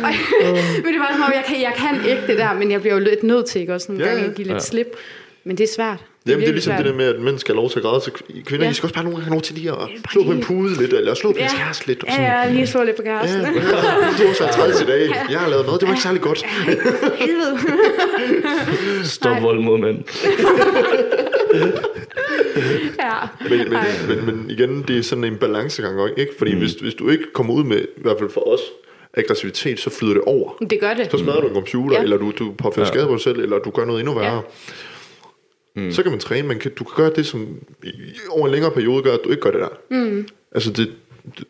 Speaker 5: nej. Og- men det var som om, jeg kan, jeg kan ikke det der, men jeg bliver jo lidt nødt til, ikke også nogle
Speaker 4: Ja,
Speaker 5: ja, gange
Speaker 4: ja.
Speaker 5: at give lidt ja. slip. Men det er svært.
Speaker 4: Jamen,
Speaker 5: Det
Speaker 4: det er
Speaker 5: virkelig
Speaker 4: ligesom
Speaker 5: svært.
Speaker 4: det der med, at mænd skal have lov til at græde, så kvinder,
Speaker 5: Ja.
Speaker 4: ja. de skal også bare nogle gange have lov til lige at
Speaker 5: bare
Speaker 4: slå på en
Speaker 5: lige-
Speaker 4: pude lidt, eller slå på ja. en kæreste lidt. Og
Speaker 5: Ja,
Speaker 4: sådan.
Speaker 5: ja, ja, lige slå lidt på kæresten. Ja.
Speaker 4: Ja, du har så 30 dage. Jeg har lavet noget, det var ikke særlig godt.
Speaker 5: Helvede.
Speaker 6: Stop
Speaker 5: Nej.
Speaker 6: vold mod mænd.
Speaker 5: ja.
Speaker 4: Men, men,
Speaker 5: Ej.
Speaker 4: men, men igen, det er sådan en balancegang, også, ikke? Fordi mm. hvis, hvis du ikke kommer ud med, i hvert fald for os, aggressivitet, så flyder det over.
Speaker 5: Men Det gør det.
Speaker 4: Så smadrer du en computer,
Speaker 5: Ja.
Speaker 4: ja. eller du, du påfører ja. skade på dig selv, eller du gør noget endnu værre. Ja. Mm. Så kan man træne. Man kan, du kan gøre det, som i- i- over en længere periode gør, at du ikke gør det der. Mm. Altså, det,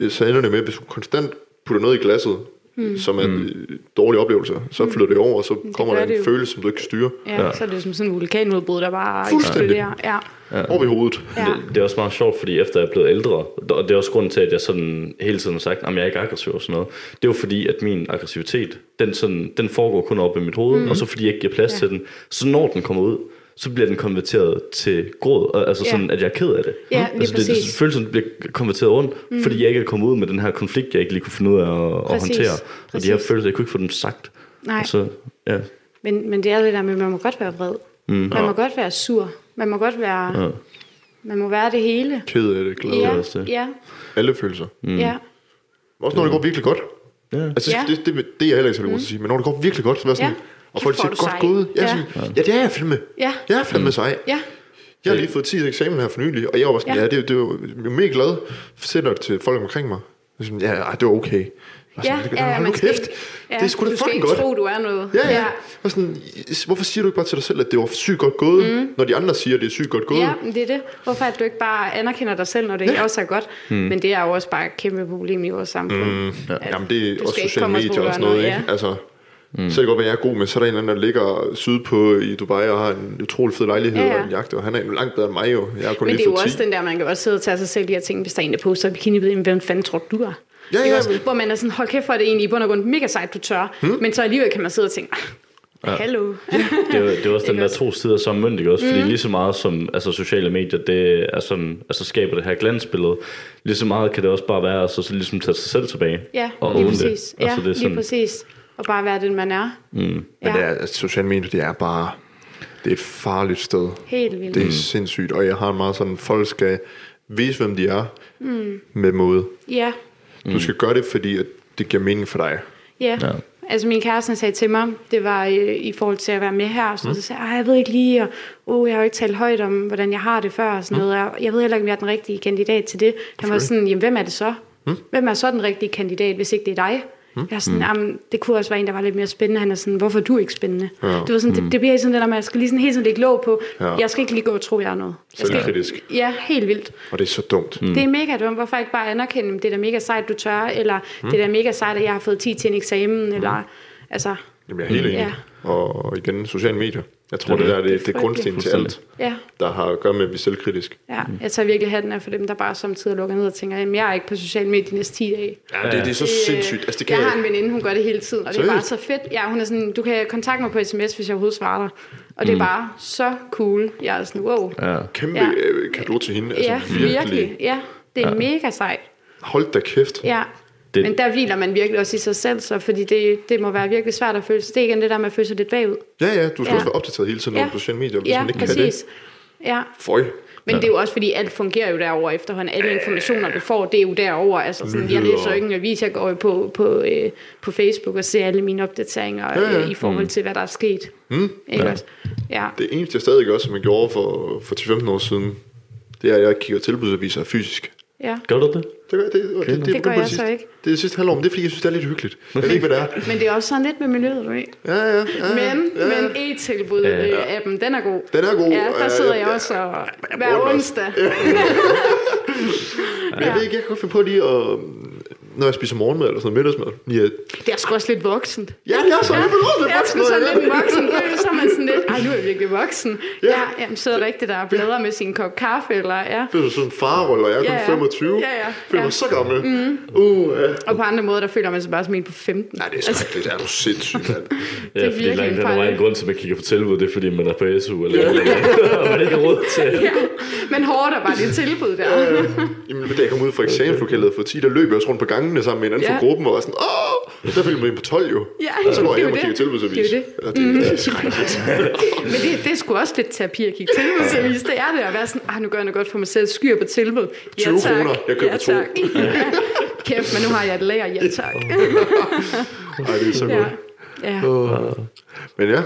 Speaker 4: det så ender det med, at hvis du konstant putter noget i glasset, mm. som er mm. dårlige oplevelser, så flytter det over, og så kommer
Speaker 5: gør
Speaker 4: der en
Speaker 5: Mm. det jo.
Speaker 4: følelse, som du ikke kan styre
Speaker 5: Ja, ja, så er det jo som sådan en vulkanudbrud, der bare
Speaker 4: Fuldstændig.
Speaker 5: eksploderer. Ja.
Speaker 4: ja. over i hovedet.
Speaker 5: Ja.
Speaker 6: Ja. Det, det er også meget sjovt, fordi efter jeg er blevet ældre, og det er også grunden til, at jeg sådan hele tiden har sagt, at jeg er ikke aggressiv og sådan noget. Det er jo fordi, at min aggressivitet, den, sådan, den foregår kun op i mit hoved, mm. og så fordi jeg ikke giver plads ja. til den, så når den kommer ud, så bliver den konverteret til gråd, og altså
Speaker 5: Ja.
Speaker 6: sådan, at jeg er ked af det.
Speaker 5: Ja, lige
Speaker 6: altså, det, det,
Speaker 5: præcis.
Speaker 6: følelsen bliver konverteret rundt, mm. fordi jeg ikke er kommet ud med den her konflikt, jeg ikke lige kunne finde ud af at, at
Speaker 5: Præcis.
Speaker 6: håndtere. Og de her
Speaker 5: Præcis.
Speaker 6: følelser, jeg kunne ikke få dem sagt.
Speaker 5: Nej.
Speaker 6: Og Så, ja.
Speaker 5: Men, men det er det der med, at man må godt være vred. Mm. Man må godt være sur. Man må godt være... Ja. Man må være det hele.
Speaker 4: Ked af det, glad af
Speaker 5: Ja,
Speaker 4: det.
Speaker 6: også det.
Speaker 5: ja,
Speaker 4: Alle følelser.
Speaker 5: ja.
Speaker 4: Også når det går virkelig godt.
Speaker 6: Ja.
Speaker 4: Altså,
Speaker 5: Ja.
Speaker 4: Mm.
Speaker 5: Mm.
Speaker 4: ja. det, det, det, er jeg heller ikke så god til at sige, men når det går virkelig godt, så er jeg sådan,
Speaker 5: Ja.
Speaker 4: ja. og folk
Speaker 5: Kæft,
Speaker 4: siger,
Speaker 5: hvor er
Speaker 4: godt
Speaker 5: du sej."
Speaker 4: gået. Jeg er
Speaker 5: Ja.
Speaker 4: sådan, ja, det er jeg fandme.
Speaker 5: Ja.
Speaker 4: Jeg er fandme sej.
Speaker 5: ja.
Speaker 4: Jeg har lige fået 10 eksamen her for nylig, og jeg var bare sådan,
Speaker 5: Øh. Ja.
Speaker 4: ja, ja det, det var jeg var mega glad. Sætter det til folk omkring mig. Jeg er sådan, ja, ej, det var okay. Jeg var sådan, Altså, det, hold nu
Speaker 5: man skal
Speaker 4: kæft.
Speaker 5: ikke-
Speaker 4: det er sgu da
Speaker 5: du skal
Speaker 4: fucking
Speaker 5: ikke
Speaker 4: godt.
Speaker 5: tro, du er noget.
Speaker 4: Ja, ja. Og sådan, hvorfor siger du ikke bare til dig selv, at det var sygt godt gået, mm. når de andre siger, at det er sygt godt gået?
Speaker 5: Ja, men det er det. Hvorfor at du ikke bare anerkender dig selv, når det ja. også er godt? Mm. Men det er jo også bare et kæmpe problem i vores samfund. Mm.
Speaker 4: Ja. Jamen, det
Speaker 5: Du
Speaker 4: er
Speaker 5: skal
Speaker 4: også
Speaker 5: ikke
Speaker 4: sociale
Speaker 5: komme og tro,
Speaker 4: medier
Speaker 5: der
Speaker 4: og
Speaker 5: er
Speaker 4: sådan noget,
Speaker 5: noget,
Speaker 4: ikke?
Speaker 5: ja.
Speaker 4: Altså, mm. Så kan det godt være, jeg er god, men så er der en eller anden, der ligger sydpå i Dubai og har en utrolig fed lejlighed
Speaker 5: Ja,
Speaker 4: ja,
Speaker 5: ja.
Speaker 4: ja. og en jagt, og han er jo langt bedre end mig jo. Jeg er kun
Speaker 5: Men det
Speaker 4: lige
Speaker 5: er jo
Speaker 4: fået 10.
Speaker 5: også den der, man kan også sidde og tage sig selv i at tænke, hvis der er en, der poster bikinibid, hvem fanden tror du er?
Speaker 4: Ja,
Speaker 5: Ikke
Speaker 4: ja,
Speaker 5: også?
Speaker 4: men-
Speaker 5: Hvor man er sådan, hold kæft for, at det egentlig i bund og grund mega sejt, du tør. Hmm? Men så alligevel kan man sidde og tænke, "Ah, hallo. Ja.
Speaker 6: det, er, jo- det er også den
Speaker 5: Ikke
Speaker 6: der
Speaker 5: også? Mhm.
Speaker 6: to sider som mønt, ikke også? Fordi lige så meget som altså, sociale medier, det er sådan, altså, skaber det her glansbillede, lige så meget kan det også bare være at altså, så ligesom tage sig selv tilbage
Speaker 5: ja,
Speaker 6: og
Speaker 5: lige
Speaker 6: own det.
Speaker 5: præcis. Ja,
Speaker 6: Altså, det er
Speaker 5: lige
Speaker 6: sådan,
Speaker 5: præcis. Og bare være den, man er. Mm. Ja,
Speaker 4: Men det er, altså, sociale medier, det er bare... Det er et farligt sted.
Speaker 5: helt vildt.
Speaker 4: Det er sindssygt, og jeg har en meget sådan, folk skal vise, hvem de er mm. med måde.
Speaker 5: Ja,
Speaker 4: Du skal gøre det, fordi at det giver mening for dig.
Speaker 5: Ja. ja. Altså min kæreste han sagde til mig, det var øh, i forhold til at være med her, og sådan, mm. så sagde jeg, "Ej, jeg ved ikke lige, og oh, jeg har jo ikke talt højt om, hvordan jeg har det før, og sådan mm. noget, og jeg ved heller ikke, om jeg er den rigtige kandidat til det. Han var sådan, jamen hvem er det så? Mm. Hvem er så den rigtige kandidat, hvis ikke det er dig? Mm. Jeg er sådan, jamen, det kunne også være en, der var lidt mere spændende. Han er sådan, hvorfor er du ikke spændende? Ja. Det, var sådan, det, det bliver sådan det der med, at jeg skal lige sådan helt sådan lægge låg på. Ja.
Speaker 4: Ja.
Speaker 5: Jeg skal ikke lige gå og tro, jeg er noget. Jeg skal,
Speaker 4: Selvkritisk.
Speaker 5: Ja, helt vildt.
Speaker 4: Og det er så dumt. Mm.
Speaker 5: Det er mega dumt. Hvorfor ikke bare anerkende, det er da mega sejt, du tør, eller mm. det er da mega sejt, at jeg har fået 10 til en eksamen, mm. eller altså,
Speaker 4: Jamen, jeg er helt enig.
Speaker 5: Ja.
Speaker 4: Og igen, sociale medier. Jeg tror,
Speaker 6: Det
Speaker 4: det,
Speaker 6: er
Speaker 4: der, det,
Speaker 5: det er
Speaker 4: det, det er grundstenen til alt,
Speaker 5: Ja,
Speaker 4: der har at gøre med at blive selvkritisk.
Speaker 5: ja. Jeg tager virkelig hatten af for dem, der bare samtidig lukker ned og tænker, jamen jeg er ikke på sociale medier de næste 10 dage.
Speaker 4: Ja, det, det er så sindssygt. Altså, det kan
Speaker 5: jeg
Speaker 4: jeg
Speaker 5: har en
Speaker 4: ikke.
Speaker 5: veninde, hun gør det hele tiden, og det er bare
Speaker 4: Seriøst?
Speaker 5: så fedt. Ja, hun er sådan, du kan kontakte mig på sms, hvis jeg overhovedet svarer dig. Og
Speaker 4: Mm.
Speaker 5: det er bare så cool. Jeg er sådan, wow. Ja,
Speaker 4: Kæmpe
Speaker 5: Ja.
Speaker 4: ja. kado til hende. Altså,
Speaker 5: ja virkelig. Ja, det er mega sejt.
Speaker 4: Hold da kæft.
Speaker 5: Ja.
Speaker 6: Det-
Speaker 5: Det. Men der hviler man virkelig også i sig selv, så, fordi det, det må være virkelig svært at føle sig. Det er igen det der med at føle sig lidt bagud.
Speaker 4: Ja, ja, du skal ja.
Speaker 5: Ja.
Speaker 4: også være opdateret hele tiden ja.
Speaker 5: Ja.
Speaker 4: på sociale medier, hvis
Speaker 5: Ja,
Speaker 4: man ligesom ikke kan det.
Speaker 5: præcis. Ja,
Speaker 4: Føj.
Speaker 5: men ja. det er jo også fordi, alt fungerer jo derovre efterhånden. Alle informationer, du får, det er jo derovre. Altså, sådan, jeg
Speaker 4: Nyheder.
Speaker 5: læser jo ikke en avis, jeg går jo på, på, øh, på Facebook og ser alle mine opdateringer
Speaker 4: Ja,
Speaker 5: ja,
Speaker 4: ja.
Speaker 5: ja. i forhold til, hvad der er sket. Mm. Ikke ja. Også? ja.
Speaker 4: Det eneste, jeg stadig gør, som jeg gjorde for, for 10-15 år siden, det er, at jeg kigger tilbudsaviser fysisk.
Speaker 5: ja.
Speaker 6: Gør du det?
Speaker 4: Det gør, det, det, det, det,
Speaker 5: Det gør
Speaker 4: er på
Speaker 5: jeg
Speaker 4: sidste-
Speaker 5: så ikke.
Speaker 4: Det er det sidste halvår, men det er fordi, jeg synes, det er lidt hyggeligt. Jeg ved ikke, hvad det er.
Speaker 5: Men det er også sådan lidt med miljøet, du ved.
Speaker 4: Ja, ja, ja. ja.
Speaker 5: Men,
Speaker 4: ja, ja.
Speaker 5: men e-tilbud-appen, den er god.
Speaker 4: Den er god.
Speaker 5: Ja,
Speaker 4: Ja,
Speaker 5: der sidder
Speaker 4: ja,
Speaker 5: jeg
Speaker 4: ja.
Speaker 5: også og,
Speaker 4: bruger
Speaker 5: hver
Speaker 4: den også.
Speaker 5: onsdag.
Speaker 4: Jeg ved ikke, jeg kan godt finde på lige at... Når jeg spiser morgenmad eller sådan noget middagsmad. Lige at,
Speaker 5: Det er sgu også lidt voksent.
Speaker 4: ja, det er så lidt for godt.
Speaker 5: Det er sgu sådan lidt en voksen følelse, så er man sådan lidt, ej, nu er jeg virkelig voksen. Ja, ja jamen, så er der ikke det, der er bedre med sin kop kaffe, eller ja.
Speaker 4: Det er sådan en farrolle, og jeg er kun
Speaker 5: Ja, ja.
Speaker 4: 25.
Speaker 5: Ja, ja,
Speaker 4: Føler mig
Speaker 5: ja.
Speaker 4: så gammel. Mm. Uh, ja.
Speaker 5: Og på andre måder, der føler man sig bare som en på 15.
Speaker 4: Nej, det er skrækkeligt. Det er du sindssyg, mand.
Speaker 6: Ja,
Speaker 5: er
Speaker 6: fordi
Speaker 5: virkelig
Speaker 6: langt
Speaker 5: en
Speaker 6: hen ad vejen
Speaker 5: fejl.
Speaker 6: grund til, at man kigger på tilbud, det er fordi, man er på SU eller noget, og man ikke har råd til.
Speaker 5: Ja, men hårdt er bare det tilbud der.
Speaker 4: Jamen, da jeg kom ud fra eksamenslokalet for 10, der løb jeg også rundt på gangene sammen med en anden
Speaker 5: Ja.
Speaker 4: fra gruppen, og var sådan, åh, der følte jeg mig ind på 12 jo.
Speaker 5: Ja,
Speaker 4: og så går jeg
Speaker 5: det er
Speaker 4: hjem
Speaker 5: jo
Speaker 4: og
Speaker 5: det.
Speaker 4: kigger tilbudsavis.
Speaker 5: Det er jo det.
Speaker 4: Ja, det, det er skrækkeligt.
Speaker 5: Men det, det er sgu også lidt terapi at kigge tilbud til at vise. Det er det at være sådan, ah, nu gør jeg noget godt for mig selv, skyer på tilbud.
Speaker 4: 20 kroner, jeg køber
Speaker 5: ja,
Speaker 4: to.
Speaker 5: tak. Kæft, men nu har jeg et lager, ja tak.
Speaker 4: Ej, det er så
Speaker 5: Mm. Ja.
Speaker 4: godt.
Speaker 5: Ja.
Speaker 4: Men ja.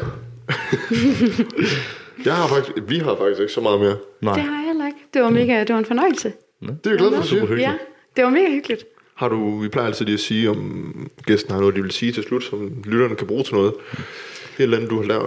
Speaker 4: jeg har faktisk, vi har faktisk ikke så meget mere.
Speaker 6: Nej,
Speaker 5: Det har jeg heller ikke. Det var, mega, det var en fornøjelse.
Speaker 4: Det er jeg glad for at
Speaker 6: super
Speaker 4: sige.
Speaker 6: hyggeligt.
Speaker 5: Ja, det var mega hyggeligt.
Speaker 4: Har du, vi plejer altid lige at sige, om gæsten har noget, de vil sige til slut, som lytterne kan bruge til noget. Det er et eller andet, du har lært,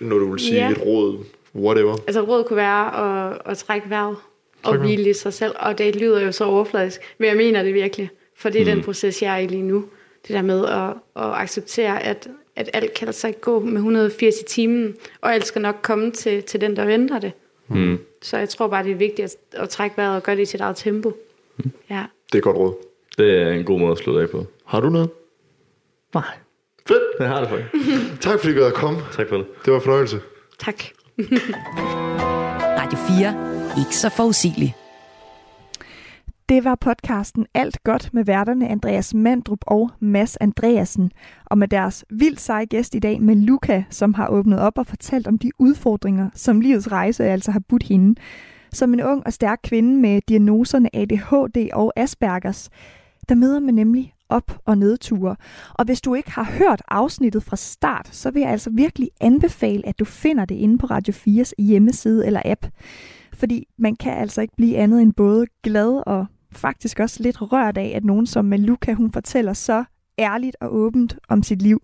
Speaker 4: noget du vil sige,
Speaker 5: Ja.
Speaker 4: et råd, whatever.
Speaker 5: Altså råd kunne være at, at trække vejret og hvile i sig selv. Og det lyder jo så overfladisk, men jeg mener det virkelig. For det er den proces, jeg er i lige nu. Det der med at, at acceptere, at, at alt kan altså ikke gå med 180 i timen. Og alt skal nok komme til, til den, der venter det. Mm. Så jeg tror bare, det er vigtigt at, at trække vejret og gøre det i sit eget tempo. Mm. Ja.
Speaker 4: Det er et godt råd.
Speaker 6: det er en god måde at slutte af på.
Speaker 4: Har du noget?
Speaker 6: Nej.
Speaker 4: Fedt.
Speaker 6: Jeg har det faktisk.
Speaker 4: Tak fordi du gad at komme.
Speaker 6: Tak for det.
Speaker 4: Det var en fornøjelse.
Speaker 5: Tak.
Speaker 2: Radio 4. Ikke så forudsigelig.
Speaker 3: Det var podcasten Alt Godt med værterne Andreas Mandrup og Mads Andreasen, og med deres vildt seje gæst i dag med Luca, som har åbnet op og fortalt om de udfordringer, som livets rejse altså har budt hende. Som en ung og stærk kvinde med diagnoserne ADHD og Aspergers, der møder man nemlig op- og nedture. Og hvis du ikke har hørt afsnittet fra start, så vil jeg altså virkelig anbefale, at du finder det inde på Radio 4's hjemmeside eller app. Fordi man kan altså ikke blive andet end både glad og faktisk også lidt rørt af, at nogen som Maluka, hun fortæller så ærligt og åbent om sit liv.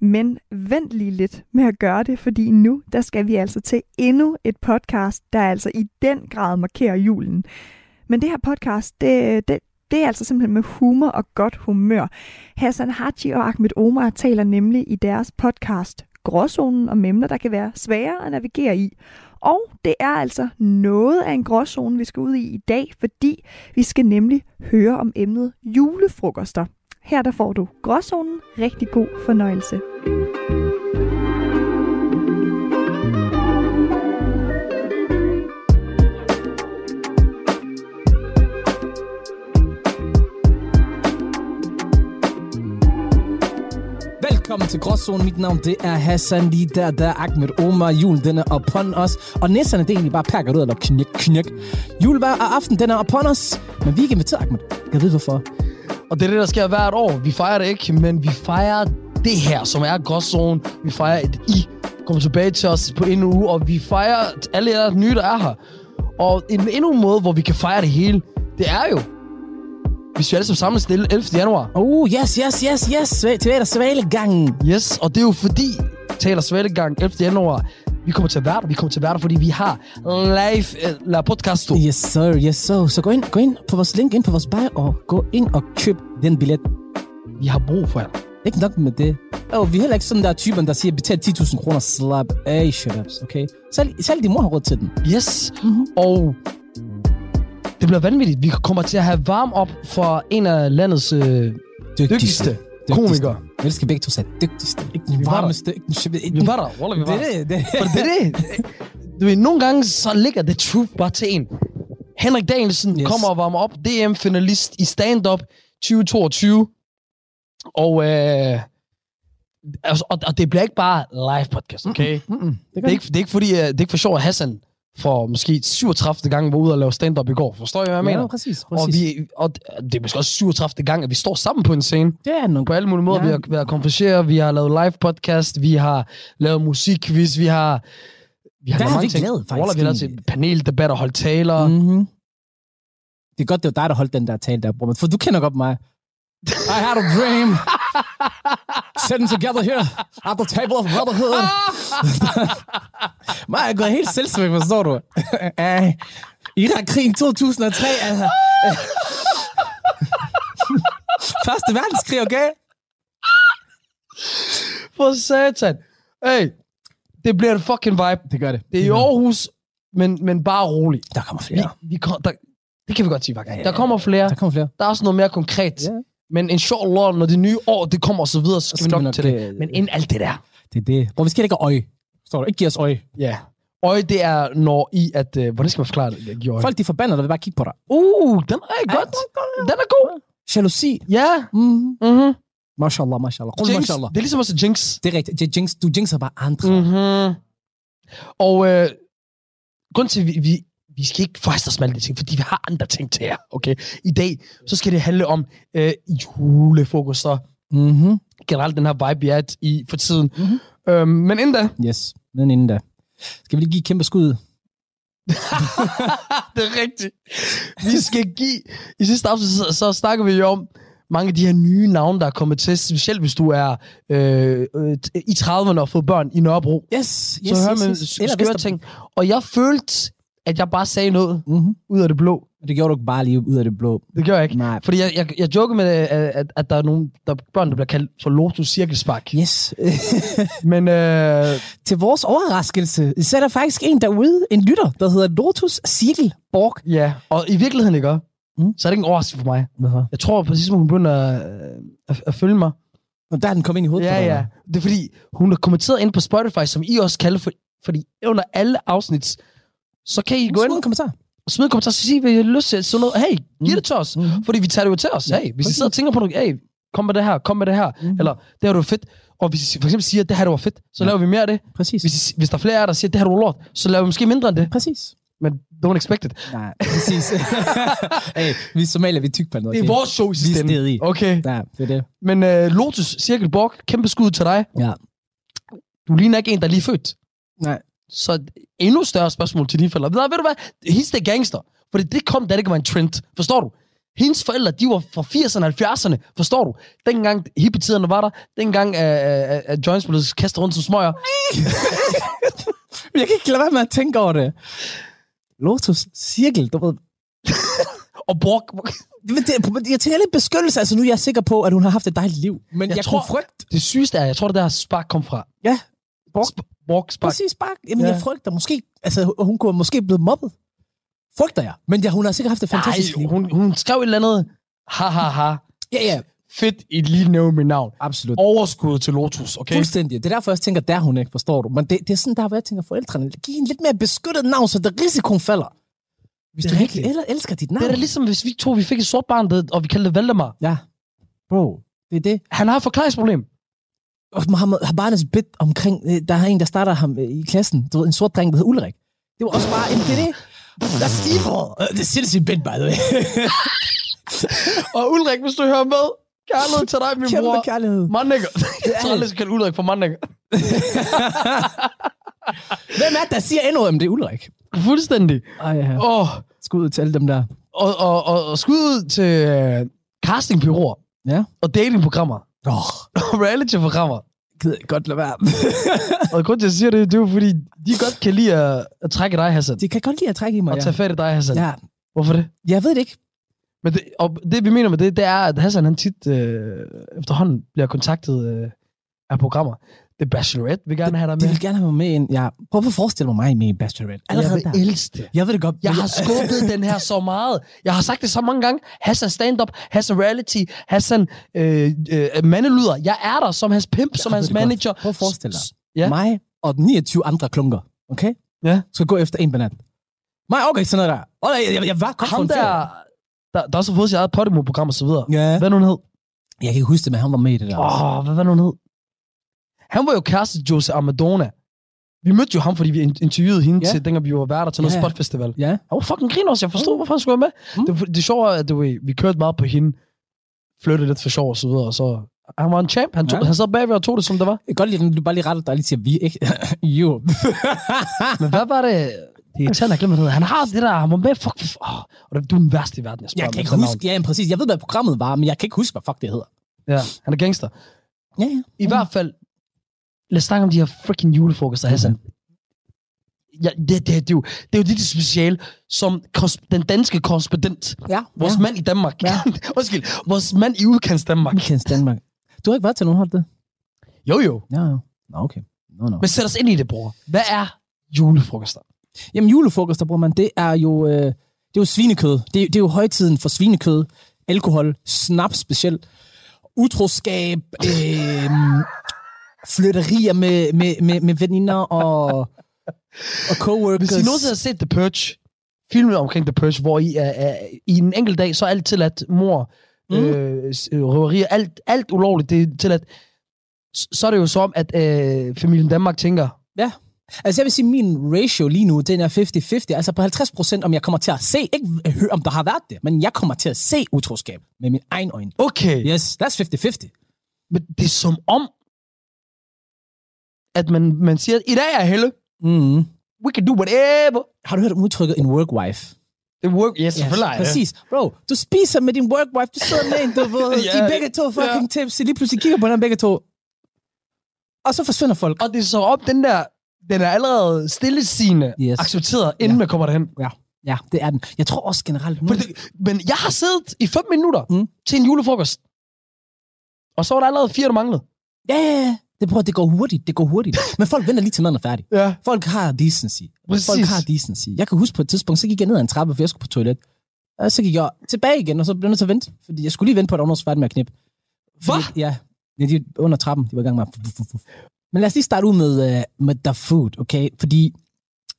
Speaker 3: Men vent lige lidt med at gøre det, fordi nu der skal vi altså til endnu et podcast, der altså i den grad markerer julen. Men det her podcast, det, det, det er altså simpelthen med humor og godt humør. Hassan Haji og Ahmed Omar taler nemlig i deres podcast Gråzonen om emner, der kan være svære at navigere i. Og det er altså noget af en gråzone, vi skal ud i i dag, fordi vi skal nemlig høre om emnet julefrokoster. Her der får du gråzonen. Rigtig god fornøjelse.
Speaker 1: Velkommen til Gråzonen. Mit navn det er Hassan lige der, der er Ahmed Omar. Julen den er upon os. Og næsserne det er egentlig bare pakker ud eller knæk, knæk. Julevær og aften den er upon os. Men vi er ikke inviteret, Ahmed. Jeg ved hvorfor.
Speaker 7: Og det er det, der sker hvert år. Vi fejrer det ikke, men vi fejrer det her, som er Gråzonen. Vi fejrer et I. Kom tilbage til os på endnu en uge, og vi fejrer alle jer nye, der er her. Og en endnu en måde, hvor vi kan fejre det hele, det er jo, hvis vi alle sammen samles den 11. januar.
Speaker 1: Oh, yes, yes, yes, yes. Sve- Til hver svalegangen.
Speaker 7: Yes, og det er jo fordi, taler Svalegang 11. januar, vi kommer til at være der. Vi kommer til at være der, fordi vi har live eh, la podcasto.
Speaker 1: Yes, sir. Yes, sir. Så gå ind, gå ind på vores link, ind på vores bio, og gå ind og køb den billet.
Speaker 7: Vi har brug for jer.
Speaker 1: Ikke nok med det. Og vi er heller ikke sådan der typen, der siger, betal 10.000 kroner, slap af, shababs, okay? Selv, selv din mor har råd til den.
Speaker 7: Yes. Mm-hmm. Og det bliver vanvittigt. Vi kommer til at have varm op for en af landets øh, dygtigste komikere.
Speaker 1: Jeg elsker begge to sagde dygtigste. Ikke den
Speaker 7: Vi var der.
Speaker 1: varmeste, ikke den shabbe. ikke
Speaker 7: Vi
Speaker 1: den-
Speaker 7: var der. Wallah, vi var der.
Speaker 1: Det er det. det.
Speaker 7: For det er det. Du ved, nogle gange så ligger The Truth bare til en. Henrik Danielsen
Speaker 1: Yes.
Speaker 7: yes. kommer og varmer op. DM-finalist i stand-up 2022. Og, øh, altså, og, og det bliver ikke bare live podcast, okay? Mm-mm.
Speaker 1: Mm-mm, det
Speaker 7: Det,
Speaker 1: gør
Speaker 7: er ikke, det, er ikke fordi, øh, det er ikke for sjov, at Hassan for måske 37. gang var ude og lave stand-up i går. Forstår I, hvad jeg
Speaker 1: Ja,
Speaker 7: mener?
Speaker 1: præcis,
Speaker 7: Og,
Speaker 1: præcis.
Speaker 7: vi, og det er måske også 37. gang, at vi står sammen på en scene.
Speaker 1: Det er nok.
Speaker 7: På alle mulige måder.
Speaker 1: Ja.
Speaker 7: Ja. Vi har været konferenceret, vi har lavet live podcast, vi har lavet musikquiz, vi har... Vi
Speaker 1: Der
Speaker 7: lavet
Speaker 1: har
Speaker 7: mange
Speaker 1: vi
Speaker 7: ting.
Speaker 1: lavet faktisk
Speaker 7: Wallah, vi har lavet
Speaker 1: en-
Speaker 7: til paneldebatter, holdt taler. Mm.
Speaker 1: Mm-hmm. Det er godt, det var dig, der holdt den der tale der, bror. For du kender godt mig. I had a dream. Sitting together here at the table of brotherhood. mig er gået helt selvsving, forstår du? Ej, Irak-krigen 2003, altså. Første verdenskrig, okay?
Speaker 7: For satan. Hey, det bliver en fucking vibe.
Speaker 1: Det gør det.
Speaker 7: Det er i Aarhus, men, men bare rolig.
Speaker 1: Der kommer
Speaker 7: Vi,
Speaker 1: flere.
Speaker 7: vi kom, der, det kan vi godt sige, faktisk.
Speaker 1: Ja,
Speaker 7: Ja,
Speaker 1: ja,
Speaker 7: ja, der kommer flere.
Speaker 1: Der kommer flere.
Speaker 7: Der er også noget mere konkret.
Speaker 1: Ja.
Speaker 7: Ja. Men inshallah, når det nye år det kommer og så videre, så skal, vi nok, til det.
Speaker 1: øh,
Speaker 7: Men inden alt det der.
Speaker 1: Det er det. Bror, vi skal ikke have øje. Forstår du? Ikke give os øje.
Speaker 7: Ja. Og det er, når I at... Øh, hvordan skal man forklare det, Georg?
Speaker 1: Folk, de forbander dig ved bare at kigge på dig.
Speaker 7: Uh, den er godt. Den er god.
Speaker 1: Jalousi.
Speaker 7: Ja.
Speaker 1: Mm.
Speaker 7: Mm-hmm.
Speaker 1: Mashallah, mashallah. Qul
Speaker 7: Jinx.
Speaker 1: mashallah.
Speaker 7: Det er ligesom også Jinx.
Speaker 1: Det er rigtigt. Det er jinx. Du jinxer bare andre. Mm.
Speaker 7: Mm-hmm. Og øh, grund til, at vi, vi, vi skal ikke forhaste os med alle de ting, fordi vi har andre ting til jer, okay? I dag, så skal det handle om øh, julefokuser. Mhm.
Speaker 1: Mm-hmm.
Speaker 7: Generelt den her vibe, vi er i for tiden.
Speaker 1: Mhm.
Speaker 7: Mm-hmm. Øhm, men inden da,
Speaker 1: Yes, men inden da. Skal vi lige give et kæmpe skud?
Speaker 7: det er rigtigt. Vi skal give... I sidste afsnit, så, så snakker vi jo om mange af de her nye navne, der er kommet til. Specielt hvis du er øh, øh, t- i 30'erne og har fået børn i Nørrebro.
Speaker 1: Yes, yes,
Speaker 7: så hører man
Speaker 1: Eller
Speaker 7: skøre ting. Og jeg følte, at jeg bare sagde noget
Speaker 1: Mm-hmm.
Speaker 7: ud af det blå.
Speaker 1: Det gjorde du ikke bare lige ud af det blå.
Speaker 7: Det gør jeg ikke.
Speaker 1: Nej.
Speaker 7: Fordi jeg, jeg, jeg joker med, øh, at, at der er nogle der er børn, der bliver kaldt for Lotus Cirkelspark.
Speaker 1: Yes.
Speaker 7: Men øh,
Speaker 1: Til vores overraskelse, så er der faktisk en derude, en lytter, der hedder Lotus Sigel Borg.
Speaker 7: ja, og i virkeligheden ikke også,
Speaker 1: Mm.
Speaker 7: så er det ikke en overraskelse for mig.
Speaker 1: Hvorfor?
Speaker 7: Jeg tror præcis, som hun begynder at, at, at følge mig,
Speaker 1: Og der er den kommet ind i hovedet. på
Speaker 7: Ja,
Speaker 1: dig,
Speaker 7: ja.
Speaker 1: hva'?
Speaker 7: Det er fordi, hun har kommenteret ind på Spotify, som I også kalder for, fordi under alle afsnit, så kan I gå
Speaker 1: Smid en
Speaker 7: ind
Speaker 1: kommentar.
Speaker 7: og smide en kommentar, så sige, hvad I har lyst til. Sådan noget, hey, giv det til os.
Speaker 1: Mhm.
Speaker 7: Fordi vi tager det jo til os.
Speaker 1: Ja,
Speaker 7: Hey, hvis I
Speaker 1: præcis.
Speaker 7: sidder og tænker på noget, hey, kom med det her, kom med det her.
Speaker 1: Mhm.
Speaker 7: Eller, det her du er fedt. Og hvis I for eksempel siger, at det her det var fedt, så
Speaker 1: Ja.
Speaker 7: laver vi mere af det.
Speaker 1: Præcis.
Speaker 7: Hvis, I, hvis der er flere af jer, der siger, at det her du var lort, så laver vi måske mindre end det.
Speaker 1: Præcis.
Speaker 7: Men don't expect it.
Speaker 1: Nej, præcis. hey, vi somalier, vi er tykpandede.
Speaker 7: Det er vores show i
Speaker 1: Vi er
Speaker 7: sidste ende.
Speaker 1: stedige.
Speaker 7: Okay,
Speaker 1: Ja, det er det.
Speaker 7: men uh, Lotus, Cirkel Borg, kæmpe skud til dig.
Speaker 1: Ja.
Speaker 7: Du ligner ikke en, der er lige født.
Speaker 1: Nej.
Speaker 7: Så endnu større spørgsmål til dine forældre. Nej, ved du hvad? Hendes det er gangster. For det kom, da det ikke var en trend. Forstår du? Hendes forældre, de var fra 80'erne og 70'erne. Forstår du? Dengang hippietiderne var der. Dengang, at øh, øh, øh, Joints blev kastet rundt som smøger.
Speaker 1: Men jeg kan ikke lade være med at tænke over det. Lotus cirkel, du ved.
Speaker 7: Og Borg...
Speaker 1: Men det, jeg tænker lidt beskyttelse, altså nu er jeg sikker på, at hun har haft et dejligt liv. Men jeg, jeg tror, kunne frygte.
Speaker 7: Det sygeste er, jeg tror, det der spark kom fra.
Speaker 1: Ja. Borg.
Speaker 7: Sp- Borg spark.
Speaker 1: Præcis, bare. Jamen, ja.
Speaker 7: Ja.
Speaker 1: jeg frygter måske, altså hun kunne måske blive mobbet. Frygter jeg. Men ja, hun har sikkert haft et fantastisk
Speaker 7: Nej,
Speaker 1: liv.
Speaker 7: hun, hun skrev et eller andet. Ha, ha, ha.
Speaker 1: Ja, ja,
Speaker 7: Fedt, I lige nævne mit navn.
Speaker 1: absolut.
Speaker 7: Overskud til Lotus,
Speaker 1: Okay.
Speaker 7: okay?
Speaker 1: Fuldstændig. Det er derfor, jeg også tænker, der er hun ikke, forstår du. Men det, det er sådan, der hvor jeg tænker, forældrene, giv hende lidt mere beskyttet navn, så der risikoen falder. Hvis
Speaker 7: Det
Speaker 1: du
Speaker 7: er
Speaker 1: virkelig
Speaker 7: rigtigt.
Speaker 1: eller elsker dit
Speaker 7: Det
Speaker 1: navn.
Speaker 7: er da ligesom, hvis vi to vi fik et sort barn, det- og vi kaldte det Valdemar.
Speaker 1: Ja, bro. Det er det.
Speaker 7: Han har et forklaringsproblem.
Speaker 1: og Mohammed Habanes bit omkring, øh, der er en, der starter ham øh, i klassen. Du ved, en sort dreng, der hedder Ulrik. Det var også bare, en det er det. That's evil. Øh, Det er sindssygt bit, by the way.
Speaker 7: Og Ulrik, hvis du hører med, kærlighed til dig, min
Speaker 1: Kæmpe
Speaker 7: bror.
Speaker 1: kærlighed.
Speaker 7: Mandnækker. Jeg tror aldrig, jeg skal kalde Ulrik for mandnækker.
Speaker 1: Hvem er det, der siger endnu, om det er Ulrik?
Speaker 7: Fuldstændig.
Speaker 1: Ej, ja.
Speaker 7: Åh,
Speaker 1: Skud ud til alle dem der.
Speaker 7: og, og, og, og skud ud til øh, castingbyråer.
Speaker 1: Ja.
Speaker 7: Og datingprogrammer.
Speaker 1: Åh, oh,
Speaker 7: Og realityprogrammer.
Speaker 1: gider jeg godt lade være.
Speaker 7: Og grund til, at jeg siger det, det er jo fordi, de godt kan lide at, at trække dig, Hassan.
Speaker 1: de kan godt lide at trække i mig,
Speaker 7: Og
Speaker 1: ja.
Speaker 7: tage fat i dig, Hassan.
Speaker 1: ja.
Speaker 7: Hvorfor det?
Speaker 1: Jeg ved det ikke.
Speaker 7: Men det, og det, vi mener med det, det er, at Hassan han tit øh, efterhånden bliver kontaktet øh, af programmer. The Bachelorette vil gerne have dig
Speaker 1: De
Speaker 7: med.
Speaker 1: vil gerne have mig med i en... Ja, prøv at forestille mig mig med i en bachelorette.
Speaker 7: Jeg
Speaker 1: Allerede der.
Speaker 7: vil elske det.
Speaker 1: Jeg ved det godt.
Speaker 7: Jeg har skubbet den her så meget. Jeg har sagt det så mange gange. Hassan stand-up, Hassan reality, Hassan øh, øh, mandelyder. Jeg er der som hans pimp, som
Speaker 1: ved
Speaker 7: hans
Speaker 1: det godt.
Speaker 7: manager.
Speaker 1: Prøv at forestille dig.
Speaker 7: Ja.
Speaker 1: Ja. Mig og 29 andre klunker, okay?
Speaker 7: Ja.
Speaker 1: Skal gå efter en banat. Mig, okay, sådan noget der. Og jeg, jeg, jeg var godt
Speaker 7: Ham der, der, der også har fået sit eget Podimo-program og så videre.
Speaker 1: Ja.
Speaker 7: Hvad nu hun hed?
Speaker 1: Jeg kan ikke huske det, men han var med i det der.
Speaker 7: Åh, oh, hvad var nu hun hed? Han var jo kæreste til Jose Amadona. Vi mødte jo ham, fordi vi in- interviewede hende
Speaker 1: Ja.
Speaker 7: til, dengang vi var værter til noget
Speaker 1: Ja, ja.
Speaker 7: spotfestival.
Speaker 1: Ja.
Speaker 7: Han var fucking griner også. Jeg forstod, hvorfor han skulle være med.
Speaker 1: Mm.
Speaker 7: Mm. Det, var- det sjove er, at du ved, vi kørte meget på hende. Flyttede lidt for sjov og så videre. Og så, han var en champ. Han, tog,
Speaker 1: Ja.
Speaker 7: ja. han sad bagved og tog det, som det var.
Speaker 1: Jeg kan godt lide, at du bare lige retter dig og lige siger, vi er ikke... jo.
Speaker 7: Men hvad var det? Det er irriterende, jeg glemmer, hvad han hedder. Han har det der, han var med, fuck, fuck. Oh, og du er den værste i verden, jeg spørger
Speaker 1: jeg
Speaker 7: om
Speaker 1: kan ikke
Speaker 7: efternavn.
Speaker 1: huske... Ja, men præcis. Jeg ved, hvad programmet var, men jeg kan ikke huske, Mm. hvad fuck det hedder.
Speaker 7: Ja, han er gangster.
Speaker 1: Ja, ja.
Speaker 7: I hvert fald, lad os snakke om de her freaking julefrokoster, Hassan.
Speaker 1: Mm.
Speaker 7: Ja, det, det, det, er jo, det er jo dit speciale, som kors- den danske korrespondent,
Speaker 1: Ja,
Speaker 7: vores mand i Danmark,
Speaker 1: Ja.
Speaker 7: undskyld, vores mand i udkants Danmark.
Speaker 1: Kendt Danmark. Du har ikke været til nogen, har du det?
Speaker 7: Jo jo,
Speaker 1: Ja, ja. Nå, okay. Nå, nå.
Speaker 7: men sæt os ind i det, bror. Hvad er julefrokoster?
Speaker 1: Jamen julefrokoster, bror man, det er jo, øh, det er jo svinekød. Det, er- det er jo højtiden for svinekød, alkohol, snaps specielt, utroskab, øh, flytterier med, med, med, med veninder og, og coworkers.
Speaker 7: Hvis I nogensinde har set The Purge, filmen omkring The Purge, hvor I er, er i en enkelt dag, så er alt tilladt mor,
Speaker 1: Mm.
Speaker 7: mm. øh, s- øh, røverier, alt, alt ulovligt, det er tilladt. S- Så er det jo som, at øh, familien Danmark tænker,
Speaker 1: Altså jeg vil sige, min ratio lige nu, den er 50-50. Altså på 50 om jeg kommer til at se, ikke høre om der har været det, men jeg kommer til at se utroskab med min egen øjne.
Speaker 7: okay, yeah.
Speaker 1: Yes, that's 50-50.
Speaker 7: men det er som om, at man, man siger, i dag er helle,
Speaker 1: Mm-hmm.
Speaker 7: we can do whatever.
Speaker 1: Har du hørt om udtrykket en work wife?
Speaker 7: Det work, yes, yes selvfølgelig er det.
Speaker 1: Præcis. Bro, du spiser med din work wife, du sidder med en, du ved,
Speaker 7: Ja.
Speaker 1: yeah. I begge to fucking yeah. tips, lige pludselig kigger på den begge to. Og så forsvinder folk.
Speaker 7: Og det er som om, den der, den er allerede stillesigende
Speaker 1: Yes.
Speaker 7: yes. accepteret, inden
Speaker 1: Ja.
Speaker 7: yeah. man kommer derhen.
Speaker 1: Ja, ja, det er den. Jeg tror også generelt nu.
Speaker 7: For det, men jeg har siddet i 5 minutter
Speaker 1: Mm.
Speaker 7: mm. til en julefrokost. Og så var der allerede fire, der manglede.
Speaker 1: Ja, ja, ja. Det, prøver, det går hurtigt, det går hurtigt. Men folk venter lige til maden er færdig.
Speaker 7: Ja.
Speaker 1: Folk har decency.
Speaker 7: Præcis.
Speaker 1: Folk har decency. Jeg kan huske på et tidspunkt, så gik jeg ned ad en trappe, for jeg skulle på toilet. Og så gik jeg tilbage igen, og så blev jeg nødt til at vente. Fordi jeg skulle lige vente på, at nogen var færdig med at knippe.
Speaker 7: Hvad?
Speaker 1: Fordi- Ja, ja de var under trappen. De var i gang med at... Men lad os lige starte ud med, uh, med the food, okay? Fordi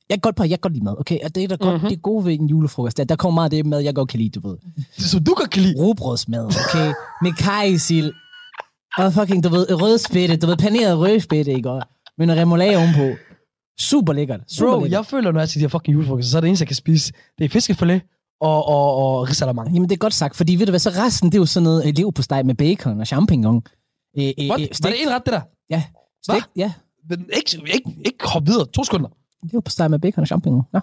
Speaker 1: jeg kan godt på, jeg kan godt lide mad, okay? Og det, der godt,
Speaker 7: Mhm.
Speaker 1: mm-hmm. det gode ved en julefrokost, der, der kommer meget af det mad, jeg godt kan lide, du ved.
Speaker 7: Så du kan kan lide.
Speaker 1: Rugbrødsmad, okay? med kajsild. Og fucking, du ved, rødspætte, du ved, paneret rødspætte, ikke? Og med noget remoulade ovenpå. Super lækkert. Super
Speaker 7: Bro,
Speaker 1: lækkert.
Speaker 7: jeg føler, når jeg siger de her fucking julefrokoster, så er det eneste, jeg kan spise, det er fiskefilet og, og, og risalamande.
Speaker 1: Jamen, det er godt sagt, fordi ved du hvad, så resten, det er jo sådan noget øh, leverpostej med bacon og champignon. Øh, øh,
Speaker 7: What?
Speaker 1: øh,
Speaker 7: Var
Speaker 1: stegt-
Speaker 7: det en ret, det der?
Speaker 1: Ja. Stik, ja.
Speaker 7: Men ikke, ikke, ikke hop videre. To sekunder.
Speaker 1: Leverpostej med bacon og champignon. Ja.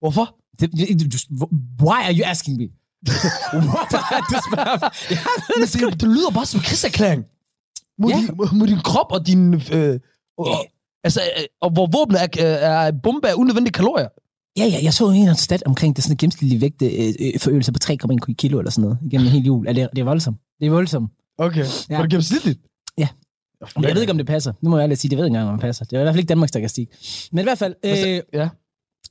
Speaker 7: Hvorfor?
Speaker 1: Det, det, du, du- why are you asking me? Hvorfor er du spørger mig? Jeg ved
Speaker 7: Men
Speaker 1: det
Speaker 7: det,
Speaker 1: sgu ikke.
Speaker 7: det lyder bare som en krigserklæring. Mod,
Speaker 1: Ja.
Speaker 7: ja. din, mod din krop og din... Øh, og,
Speaker 1: Ja.
Speaker 7: og, altså, øh, og hvor våbnet er, øh, er bombe af unødvendige kalorier.
Speaker 1: Ja, ja, jeg så en eller anden stat omkring det sådan en gennemsnitlig vægt øh, øh, forøgelse på 3,1 kilo eller sådan noget igennem en hel jul. Ja, det, er- det er voldsomt. Det er voldsomt.
Speaker 7: Okay.
Speaker 1: Ja.
Speaker 7: Ja. Var det gennemsnitligt?
Speaker 1: Ja. Men jeg ved ikke, om det passer. Nu må jeg ærligt sige, det ved jeg ikke engang, om det passer. Det er i hvert fald ikke Danmarks statistik. Men i hvert fald, øh,
Speaker 7: Ja.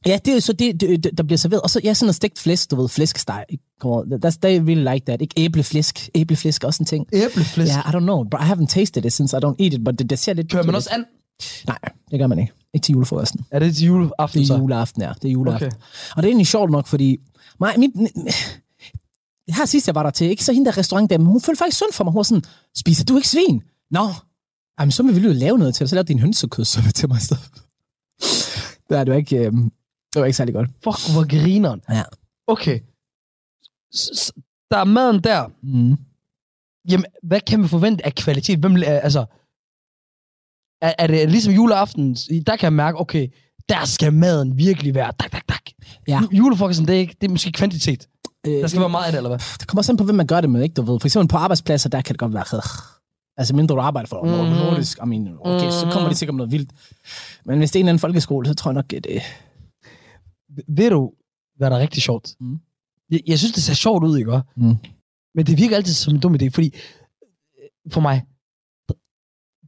Speaker 1: Ja, det er jo så det, det, det, der bliver serveret. Og så ja, sådan noget stegt flæsk, du ved, flæskesteg. ikke? Come on, That's, they really like that. Ikke æbleflæsk. Æbleflæsk er også en ting.
Speaker 7: Æbleflæsk.
Speaker 1: Ja, yeah, I don't know. But I haven't tasted it since I don't eat it, but det, det ser lidt...
Speaker 7: Kører man også an?
Speaker 1: Nej, det gør man ikke. Ikke til julefrokosten.
Speaker 7: Er det til
Speaker 1: Det
Speaker 7: juleaften
Speaker 1: er
Speaker 7: så?
Speaker 1: juleaften, ja. Det er juleaften.
Speaker 7: Okay.
Speaker 1: Og det er egentlig sjovt nok, fordi... Mig, mit, her sidst jeg var der til, ikke? så hende der restaurantdame, hun følte faktisk synd for mig. Hun var sådan, spiser du ikke svin? Nå, jamen, så vil vi jo lave noget til dig. Så lavede din hønsekødsuppe til mig i stedet. Det er det var ikke, øh, det var ikke særlig godt.
Speaker 7: Fuck, hvor grineren.
Speaker 1: Ja.
Speaker 7: Okay. S- s- Der er maden der.
Speaker 1: Mm.
Speaker 7: Jamen, hvad kan man forvente af kvalitet? Hvem, la- altså, er, er det ligesom juleaften? Der kan jeg mærke, okay, der skal maden virkelig være. Tak, tak, tak.
Speaker 1: Ja.
Speaker 7: Ju- Julefrokosten, det er, ikke, det er måske kvantitet.
Speaker 1: Øh,
Speaker 7: Der skal være meget af det, eller hvad?
Speaker 1: det kommer også an på, hvem man gør det med, ikke? Du ved, for eksempel på arbejdspladser, der kan det godt være, "Ugh." altså mindre du arbejder for, mm.
Speaker 7: Mhm.
Speaker 1: nordisk, I mean, okay, så kommer
Speaker 7: Mhm.
Speaker 1: det sikkert med noget vildt. Men hvis det er en eller anden folkeskole, så tror jeg nok, at det...
Speaker 7: Ved du, hvad der er rigtig sjovt?
Speaker 1: Mm.
Speaker 7: Mm. jeg, jeg synes, det ser sjovt ud, ikke? også?
Speaker 1: Mm.
Speaker 7: Men det virker altid som en dum idé, fordi øh, for mig,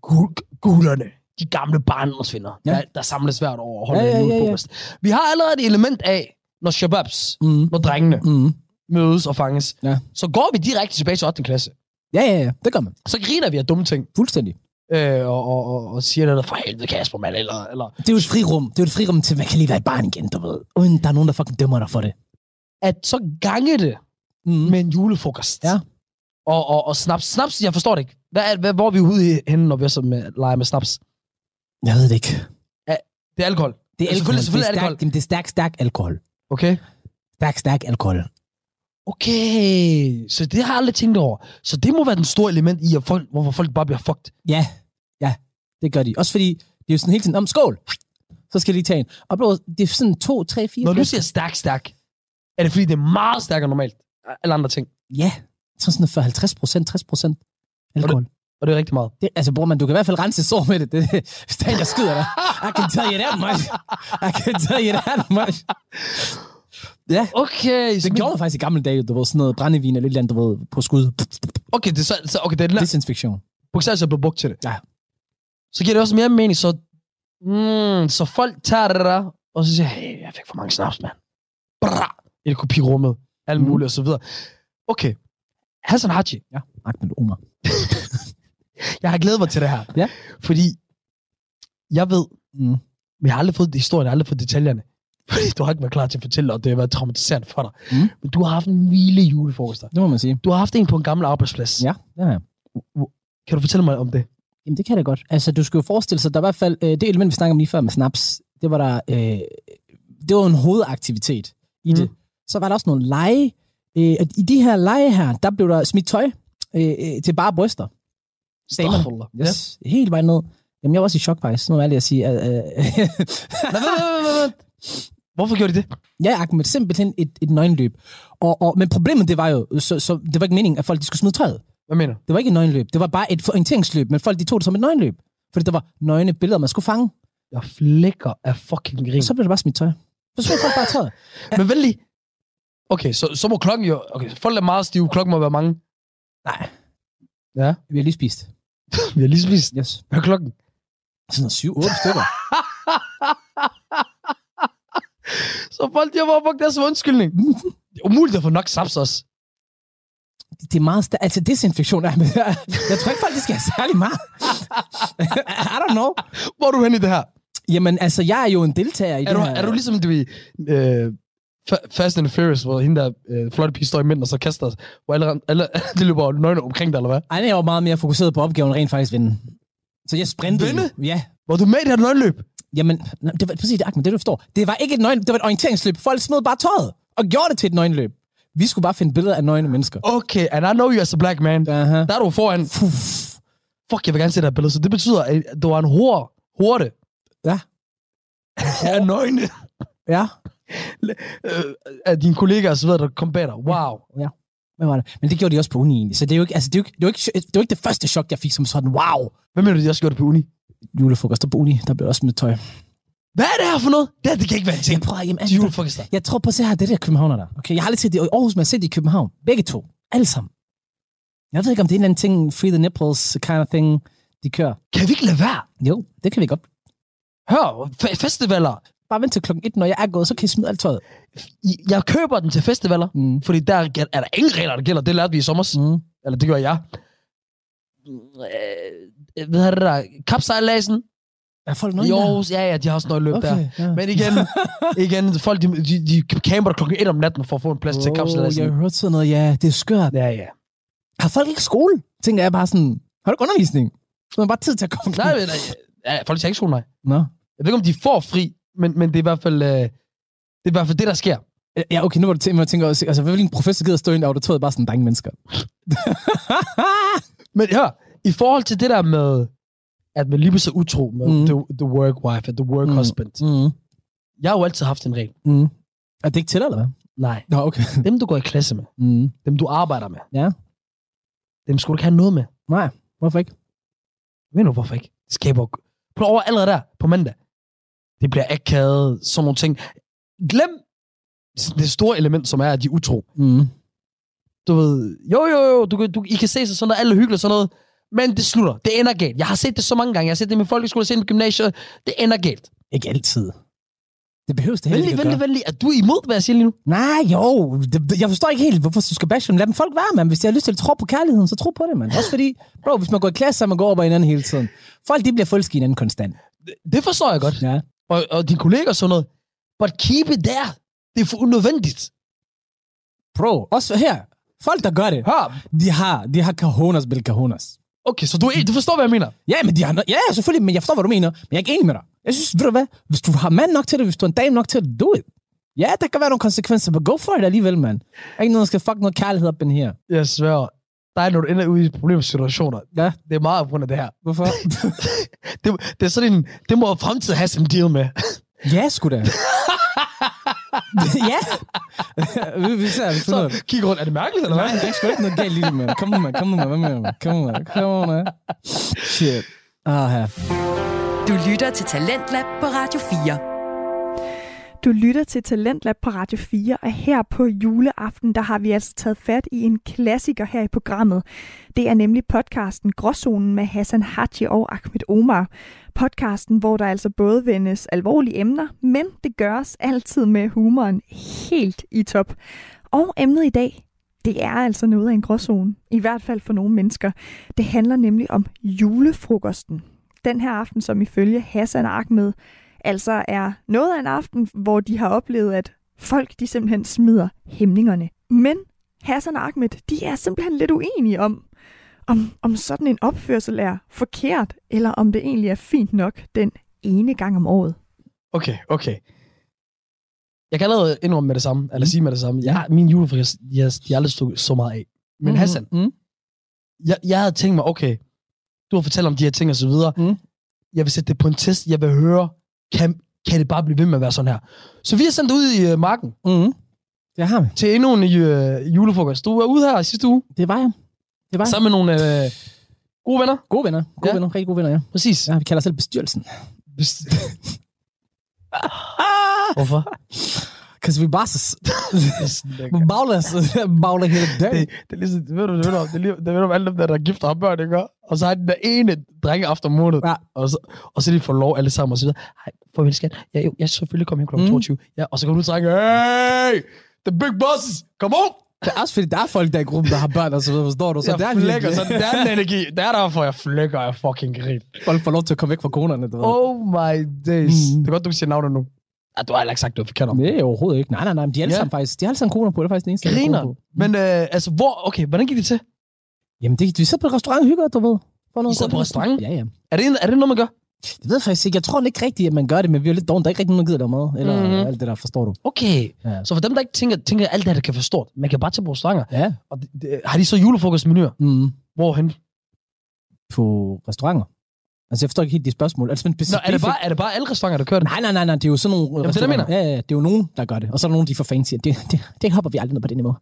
Speaker 7: gu- gulerne, de gamle barndomsvinder,
Speaker 1: Ja.
Speaker 7: ja. der, der samles hvert år og holder
Speaker 1: Ja,
Speaker 7: ja,
Speaker 1: ja,
Speaker 7: ja,
Speaker 1: ja, ja.
Speaker 7: ja, Vi har allerede et element af, når shababs,
Speaker 1: Mm.
Speaker 7: når drengene
Speaker 1: Mm.
Speaker 7: mødes og fanges,
Speaker 1: Ja.
Speaker 7: så går vi direkte tilbage til 8. klasse.
Speaker 1: Ja, ja, ja. Det gør man.
Speaker 7: Så griner vi af dumme ting,
Speaker 1: Fuldstændig.
Speaker 7: øh, og, og, og, og siger noget, for helvede Kasper, mand, eller, eller
Speaker 1: Det er jo et frirum. Det er jo et frirum til, at man kan lige være et barn igen, du ved. Uden der er nogen, der fucking dømmer dig for det.
Speaker 7: at så gange det
Speaker 1: Mm.
Speaker 7: med en julefrokost.
Speaker 1: Ja.
Speaker 7: Og, og, og snaps. Snaps, jeg forstår det ikke. Hvad, er- hvad, hvor er vi ude i- henne, når vi så med, leger med snaps?
Speaker 1: Jeg ved det ikke.
Speaker 7: Det er alkohol.
Speaker 1: Det er
Speaker 7: Ja, selvfølgelig-
Speaker 1: alkohol.
Speaker 7: selvfølgelig
Speaker 1: det er
Speaker 7: alkohol.
Speaker 1: stærk, jamen, det er stærk, stærk alkohol.
Speaker 7: Okay.
Speaker 1: Stærk, stærk alkohol.
Speaker 7: Okay, så det har jeg aldrig tænkt over. Så det må være den store element i, at folk, hvorfor folk bare bliver fucked.
Speaker 1: Ja, ja, det gør de. Også fordi, det er jo sådan hele tiden, om skål, så skal de lige tage en. Og blå, det er sådan to, tre, fire.
Speaker 7: Når du
Speaker 1: flasker.
Speaker 7: siger stærk, stærk, er det fordi, det er meget stærkere end normalt? Alle andre ting.
Speaker 1: Ja, sådan sådan for 50 procent, 60 procent alkohol.
Speaker 7: Og det er rigtig meget.
Speaker 1: Det, altså, bror, man, du kan i hvert fald rense et sår med det. det, det hvis der er en, der skyder dig. I can tell you that much. I can tell you that much. Ja,
Speaker 7: Okay, så
Speaker 1: det gjorde man faktisk i gamle dage, du ved, sådan noget brændevin eller et eller andet, du ved, på skud.
Speaker 7: okay, det er, så, så, okay, det er den
Speaker 1: Desinfektion.
Speaker 7: bukser, jeg blev brugt til det.
Speaker 1: Ja.
Speaker 7: Så giver det også mere mening, så, mm, så folk tager det der, og så siger, hey, jeg fik for mange snaps, mand. Bra! I det kopirummet, alt
Speaker 1: Mm.
Speaker 7: muligt og så videre. Okay, Hassan Haji,
Speaker 1: Ahmed Omar.
Speaker 7: jeg har glædet mig til det her.
Speaker 1: Ja.
Speaker 7: Fordi jeg ved,
Speaker 1: Mm.
Speaker 7: vi har aldrig fået historien, jeg har aldrig fået detaljerne. Fordi du har ikke været klar til at fortælle, og det har været traumatiserende for dig.
Speaker 1: Mm.
Speaker 7: Men du har haft en vilde julefrokost.
Speaker 1: Det må man sige.
Speaker 7: Du har haft en på en gammel arbejdsplads.
Speaker 1: Ja, det har jeg.
Speaker 7: Kan du fortælle mig om det?
Speaker 1: Jamen, det kan jeg da godt. Altså, du skal jo forestille sig, der er i hvert fald, øh, det element, vi snakker om lige før med snaps, det var der, øh, det var en hovedaktivitet i det.
Speaker 7: Mm.
Speaker 1: Mm. Så var der også nogle lege. Øh, og I de her lege her, der blev der smidt tøj øh, øh, til bare bryster. Damerne.
Speaker 7: Stoffer. Ja.
Speaker 1: Yes. Ja. Helt vejen ned. Jamen, jeg var også i chok faktisk, nu er jeg ærlig at sige. Øh, øh,
Speaker 7: Nej, vent, vent, vent, vent. Hvorfor gjorde de det?
Speaker 1: ja, Ahmed, simpelthen et, et nøgenløb. Og, og, men problemet, det var jo, så, så, det var ikke meningen, at folk de skulle smide tøjet.
Speaker 7: Hvad mener du?
Speaker 1: Det var ikke et nøgenløb. Det var bare et orienteringsløb, men folk de tog det som et nøgenløb. Fordi der var nøgne billeder, man skulle fange.
Speaker 7: Jeg flækker af fucking grin.
Speaker 1: Og så blev det bare smidt tøj. Så smed folk bare tøjet.
Speaker 7: Men vent lige. Okay, så, så må klokken jo... Okay, folk er meget stive. Klokken må være mange.
Speaker 1: Vi har lige spist.
Speaker 7: Vi har lige spist.
Speaker 1: Yes.
Speaker 7: Hvad er klokken?
Speaker 1: Sådan noget syv, otte stykker.
Speaker 7: Så folk, de har bare brugt det som undskyldning. Det er umuligt at få nok saps også.
Speaker 1: Det er meget stærkt. Altså, desinfektion er med. Jeg tror ikke, folk de skal have særlig meget. I don't know.
Speaker 7: Hvor er du henne i det her?
Speaker 1: Jamen, altså, jeg er jo en deltager i
Speaker 7: Er
Speaker 1: det
Speaker 7: du,
Speaker 1: her.
Speaker 7: er du ligesom du i øh, Fa- Fast and the Furious, hvor hende der øh, flotte pige står i midten, og så kaster os, hvor alle, alle de løber nøgne omkring dig, eller hvad?
Speaker 1: Ej, jeg var meget mere fokuseret på opgaven rent faktisk vinde. Så jeg sprintede.
Speaker 7: Vinde?
Speaker 1: jo. Ja.
Speaker 7: Var du med i det her nøgenløb?
Speaker 1: Jamen, nej, det var præcis det, Ahmed, det du forstår. Det var ikke et nøgen, det var et orienteringsløb. Folk smed bare tøjet og gjorde det til et nøgenløb. Vi skulle bare finde billeder af nøgne mennesker.
Speaker 7: Okay, and I know you as a black man.
Speaker 1: Aha.
Speaker 7: Der er du foran.
Speaker 1: Puff.
Speaker 7: Fuck, jeg vil gerne se det her billede. Så det betyder, at du var en hår, horte.
Speaker 1: Ja.
Speaker 7: Af nøgne
Speaker 1: Ja.
Speaker 7: øh, af dine kollegaer og så videre, der kom bag dig. Wow.
Speaker 1: Hvad var det? Men det gjorde de også på uni egentlig. Så det er jo ikke, altså, det er jo ikke, det er jo ikke, det er jo ikke det første chok, jeg fik som sådan, wow,
Speaker 7: Hvad mener du, de også gjorde det på uni?
Speaker 1: julefrokoster på uni, der blev også med tøj.
Speaker 7: Hvad er det her for noget? Det, her, det kan ikke være en ting.
Speaker 1: Jeg prøver, jamen,
Speaker 7: De
Speaker 1: alt,
Speaker 7: julefrokoster.
Speaker 1: jeg tror på at se her, det der københavner der. Okay, jeg har aldrig set det i Aarhus, men jeg har set det i København. Begge to. Alle sammen. Jeg ved ikke, om det er en eller anden ting, free the nipples kind of thing, de kører.
Speaker 7: Kan vi ikke lade være?
Speaker 1: Jo, det kan vi godt.
Speaker 7: Hør, fe- festivaler.
Speaker 1: Bare vent til klokken et, når jeg er gået, så kan I smide alt tøjet.
Speaker 7: I- Jeg køber den til festivaler.
Speaker 1: Mm.
Speaker 7: Fordi der gæl- er der ingen regler, der gælder. Det lærte vi i sommer. Mm.
Speaker 1: Mm.
Speaker 7: Eller det gør jeg. Øh, hvad er det der? Kapsejladsen
Speaker 1: Er folk nøgne
Speaker 7: i
Speaker 1: der?
Speaker 7: Aarhus. Ja, ja, de har også noget løb okay. der.
Speaker 1: Okay, ja.
Speaker 7: Men igen, igen folk de, de, de camper klokken 1 om natten for at få en plads oh, til
Speaker 1: oh,
Speaker 7: kapsejladsen.
Speaker 1: jeg hørte sådan noget, ja, det er skørt.
Speaker 7: Ja, ja.
Speaker 1: Har folk ikke skole? Tænker jeg bare sådan, har du ikke undervisning? Så har man bare tid til at komme.
Speaker 7: Nej, men, nej, ja, folk tager ikke skole, nej.
Speaker 1: Nå.
Speaker 7: Jeg ved ikke, om de får fri, men, men det er i hvert fald... Øh, det er i hvert fald det, der sker.
Speaker 1: Ja, okay, nu var det til, jeg tænker også, altså, hvad vil en professor gider at stå ind i auditoriet bare sådan drenge mennesker?
Speaker 7: Men hør, i forhold til det der med, at man lige pludselig er utro med
Speaker 1: Mm.
Speaker 7: mm. the, the work wife og the work
Speaker 1: Mm.
Speaker 7: mm. husband.
Speaker 1: Mm.
Speaker 7: Jeg har jo altid haft en regel.
Speaker 1: Mm. Er det ikke til, eller hvad?
Speaker 7: Nej.
Speaker 1: Nå, okay.
Speaker 7: Dem, du går i klasse med,
Speaker 1: Mm.
Speaker 7: dem, du arbejder med,
Speaker 1: Ja.
Speaker 7: dem skulle du ikke have noget med.
Speaker 1: Nej, hvorfor ikke?
Speaker 7: Ved du, hvorfor ikke? Det skaber... Prøv over allerede der på mandag. Det bliver akavet, sådan nogle ting. Glem det store element, som er, at de er utro.
Speaker 1: Mm.
Speaker 7: Du ved, jo, jo, jo, du, kan- du, I kan se sig sådan noget, alle er hyggeligt og sådan noget, men det slutter. Det ender galt. Jeg har set det så mange gange. Jeg har set det med folkeskole, jeg har set det med gymnasiet. Det ender galt.
Speaker 1: Ikke altid. Det behøves det heller
Speaker 7: Venlig,
Speaker 1: ikke at
Speaker 7: venlig,
Speaker 1: gøre.
Speaker 7: venlig. Er du imod, hvad jeg siger lige nu?
Speaker 1: Nej, jo. Det, det- jeg forstår ikke helt, hvorfor du skal bashe dem. Lad dem folk være, mand. Hvis de har lyst til at tro på kærligheden, så tro på det, mand. Også fordi, bro, hvis man går i klasse, så man går over på hinanden hele tiden. Folk, de bliver forelsket i hinanden konstant.
Speaker 7: Det forstår jeg godt.
Speaker 1: Ja.
Speaker 7: Og, og dine kolleger og sådan noget. But keep it there. Det er for unødvendigt.
Speaker 1: Bro, også her. Folk, der gør det,
Speaker 7: Hør.
Speaker 1: de har, de har kahonas, bil kahonas.
Speaker 7: Okay, så du, er- du forstår, hvad jeg mener.
Speaker 1: Ja, men de har, no- ja, ja, selvfølgelig, men jeg forstår, hvad du mener. Men jeg er ikke enig med dig. Jeg synes, ved du hvad, hvis du har mand nok til det, hvis du har en dame nok til det, do it. Ja, der kan være nogle konsekvenser, men go for it alligevel, mand. Der er ikke noget, der skal fuck noget kærlighed op in her.
Speaker 7: Jeg svær. Dig, når du ender ude i problemsituationer.
Speaker 1: Ja,
Speaker 7: Det er meget på grund af det her.
Speaker 1: hvorfor?
Speaker 7: Det, det er sådan en, det må fremtiden have sin deal med.
Speaker 1: ja, sgu da. ja. vi, vi ser, vi finder ud
Speaker 7: Så
Speaker 1: af det.
Speaker 7: kig rundt. Er det mærkeligt, eller
Speaker 1: Nej,
Speaker 7: hvad?
Speaker 1: der er sgu ikke noget galt i det, mand. Kom nu, mand. Kom nu, mand. Hvad med, mand? Kom nu, mand. Kom nu, mand. Shit. Ah, her.
Speaker 2: Du lytter til Talentlab på Radio 4.
Speaker 3: Du lytter til Talentlab på Radio 4, og her på juleaften, der har vi altså taget fat i en klassiker her i programmet. Det er nemlig podcasten Gråzonen med Hassan Haji og Ahmed Omar. Podcasten, hvor der altså både vendes alvorlige emner, men det gøres altid med humoren helt i top. Og emnet i dag, det er altså noget af en gråzone, i hvert fald for nogle mennesker. Det handler nemlig om julefrokosten. Den her aften, som ifølge Hassan og Ahmed altså er noget af en aften, hvor de har oplevet, at folk de simpelthen smider hæmningerne. Men Hassan og Ahmed, de er simpelthen lidt uenige om, om, om sådan en opførsel er forkert, eller om det egentlig er fint nok den ene gang om året.
Speaker 7: Okay, okay. Jeg kan allerede indrømme med det samme,
Speaker 1: Mhm.
Speaker 7: eller sige med det samme. Jeg, min julefrokost, jeg, jeg har aldrig stået så meget af. Men
Speaker 1: Mm,
Speaker 7: Hassan,
Speaker 1: Mm.
Speaker 7: jeg, jeg havde tænkt mig, okay, du har fortalt om de her ting og så videre.
Speaker 1: Mm.
Speaker 7: Jeg vil sætte det på en test. Jeg vil høre, kan, kan det bare blive ved med at være sådan her? Så vi er sendt ud i øh, marken
Speaker 1: Mm. Det har vi.
Speaker 7: til endnu en øh, julefrokost. Du var ude her sidste uge,
Speaker 1: Det var jeg. Det var jeg.
Speaker 7: sammen med nogle øh, gode venner.
Speaker 1: Gode venner. Gode
Speaker 7: Ja.
Speaker 1: ja. venner. Rigtig gode venner, ja.
Speaker 7: Præcis.
Speaker 1: ja. vi kalder os selv bestyrelsen.
Speaker 7: Best- Hvorfor?
Speaker 1: Cause we bosses. We baglers. Bagler hele dagen.
Speaker 7: Det, det er ligesom, det ved du, det ved du, om- det, er lige- det ved du om alle dem der, der er gift og har børn, ikke? Og så har den der ene drenge after måned,
Speaker 1: Ja.
Speaker 7: og, så, og så de får lov alle sammen og så videre. Hej, farvel skat. Ja, jo, jeg skal selvfølgelig komme hjem kl.
Speaker 1: Mm.
Speaker 7: 22. Ja, og så kommer du ud og drenge, hey, the big bosses, come on!
Speaker 1: Det er også fordi, der er folk der i gruppen, der har børn og så videre, forstår du? Så
Speaker 7: jeg
Speaker 1: der er
Speaker 7: flækker, så
Speaker 1: virkelig-
Speaker 7: der er den energi. Der er derfor, jeg flækker, og jeg fucking griner.
Speaker 1: folk får lov til at komme væk fra konerne, du ved.
Speaker 7: Oh my days.
Speaker 1: Mm.
Speaker 7: Mm. Det er godt, du kan sige navnet nu. Ja, du har heller ikke sagt, det var forkert om.
Speaker 1: Nej, overhovedet ikke. Nej, nej, nej. men De er alle
Speaker 7: Ja.
Speaker 1: sammen faktisk, de har alle sammen koner på. Det er faktisk den eneste, der har
Speaker 7: Griner.
Speaker 1: koner på.
Speaker 7: Men øh, altså, hvor, okay, hvordan gik det til?
Speaker 1: Jamen, det, vi sidder på et restaurant og hygger, du ved. For
Speaker 7: I sidder på restaurant?
Speaker 1: Ja, ja.
Speaker 7: Er det, en- er det noget, man gør?
Speaker 1: Jeg ved faktisk ikke. Jeg tror ikke rigtigt, at man gør det, men vi er lidt dogne. Der er ikke rigtig nogen, der gider der mad. Eller
Speaker 7: Mhm.
Speaker 1: mm-hmm. alt det der, forstår du.
Speaker 7: Okay.
Speaker 1: Ja.
Speaker 7: Så for dem, der ikke tænker, tænker alt det her, der kan forstå, man kan bare tage på restauranter.
Speaker 1: Ja.
Speaker 7: Og det, det, har de så julefrokostmenuer?
Speaker 1: Mm.
Speaker 7: Hvorhen?
Speaker 1: På restauranter. Altså, jeg forstår ikke helt de spørgsmål. Altså, men
Speaker 7: Nå, er det,
Speaker 1: specifikt-
Speaker 7: bare, er det bare alle restauranter, der kører det?
Speaker 1: Nej, nej, nej, nej, det er jo sådan nogle
Speaker 7: det er det, jeg
Speaker 1: restauranter. Ja, ja, det er jo nogen, der gør det. Og så er der nogen, de er for fancy. Det, det, det hopper vi aldrig ned på det niveau.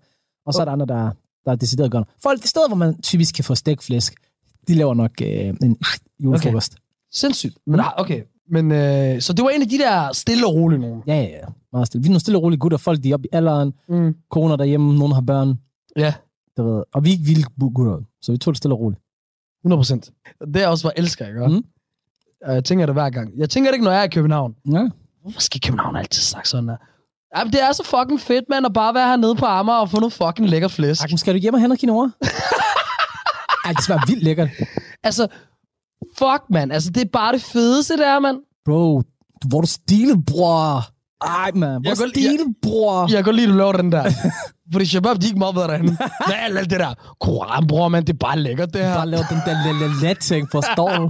Speaker 1: Og så er der andre, der, der er decideret gør det. Folk, det steder, hvor man typisk kan få stækflæsk, de laver nok øh, en julefrokost. Okay.
Speaker 7: Sindssygt. Mm. Men, nej, okay. Men, øh, så det var en af de der stille og rolige nogen.
Speaker 1: Ja, ja, ja. Meget stille. Vi er nogle stille og rolige gutter. Folk, de er oppe i alderen.
Speaker 7: Mm.
Speaker 1: Koner derhjemme. Nogen har børn.
Speaker 7: Ja.
Speaker 1: Du ved. Og vi er ikke vilde bu- gutter. Så vi tog det stille og roligt.
Speaker 7: 100 procent. Det er også bare elsker, ikke? Mm.
Speaker 1: Mm.
Speaker 7: Jeg tænker det hver gang. Jeg tænker det ikke, når jeg er i København.
Speaker 1: Ja.
Speaker 7: Hvorfor skal København altid snakke sådan der? Jamen, det er så fucking fedt, mand, at bare være hernede på Amager og få noget fucking lækker flæsk.
Speaker 1: Akken, skal du hjem og hente quinoa? Ej, det smager vildt lækkert.
Speaker 7: Altså, fuck, mand. Altså, det er bare det fedeste, det er, mand.
Speaker 1: Bro, du- hvor er du stilet, bror. Ej, man. Hvor
Speaker 7: Jeg
Speaker 1: er
Speaker 7: kan-
Speaker 1: du stilet, bror.
Speaker 7: Jeg kan godt lide, at du laver den der. Fordi Shabab, de er ikke meget bedre derhenne. Hvad er alt det der? Koran, bror, mand, det er bare lækkert, det her.
Speaker 1: Bare lave den der lille letting, forstår du?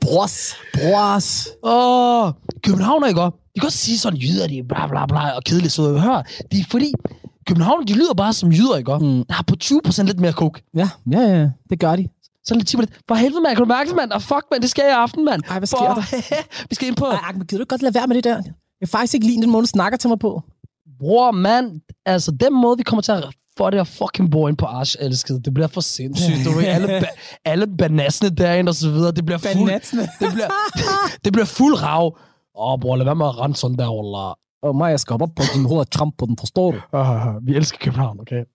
Speaker 1: Bros, bros.
Speaker 7: Åh, København er ikke op. De kan godt sige sådan, jyder de er bla bla bla, og kedeligt så hør. Det er fordi, København, de lyder bare som jyder, ikke op. Mm.
Speaker 1: Mm.
Speaker 7: Der er på 20% lidt mere coke.
Speaker 1: Ja, ja, ja, det gør de.
Speaker 7: Sådan lidt 10 lidt. For helvede, mand, kan du mærke det, mand? Og fuck, mand, det skal jeg i aften, mand.
Speaker 1: Ej, hvad sker
Speaker 7: For-
Speaker 1: der?
Speaker 7: vi skal ind på...
Speaker 1: Ej, Ahmed, gider du ikke godt lade være med det der? Jeg er faktisk ikke lige den måde, du snakker til mig på.
Speaker 7: Bror, mand, altså den måde, vi kommer til at få det her fucking bord ind på Arsh, elskede, det bliver for sindssygt. Du ved, alle, ba- alle banassene derinde og så videre, det bliver fuld...
Speaker 1: Banatsene.
Speaker 7: Det bliver, det bliver fuld rav. Åh, oh, bror, lad være med at rende sådan der, wallah.
Speaker 1: Og mig, jeg skal hoppe op på din hoved og trampe på den, forstår du?
Speaker 7: Uh, vi elsker København, okay?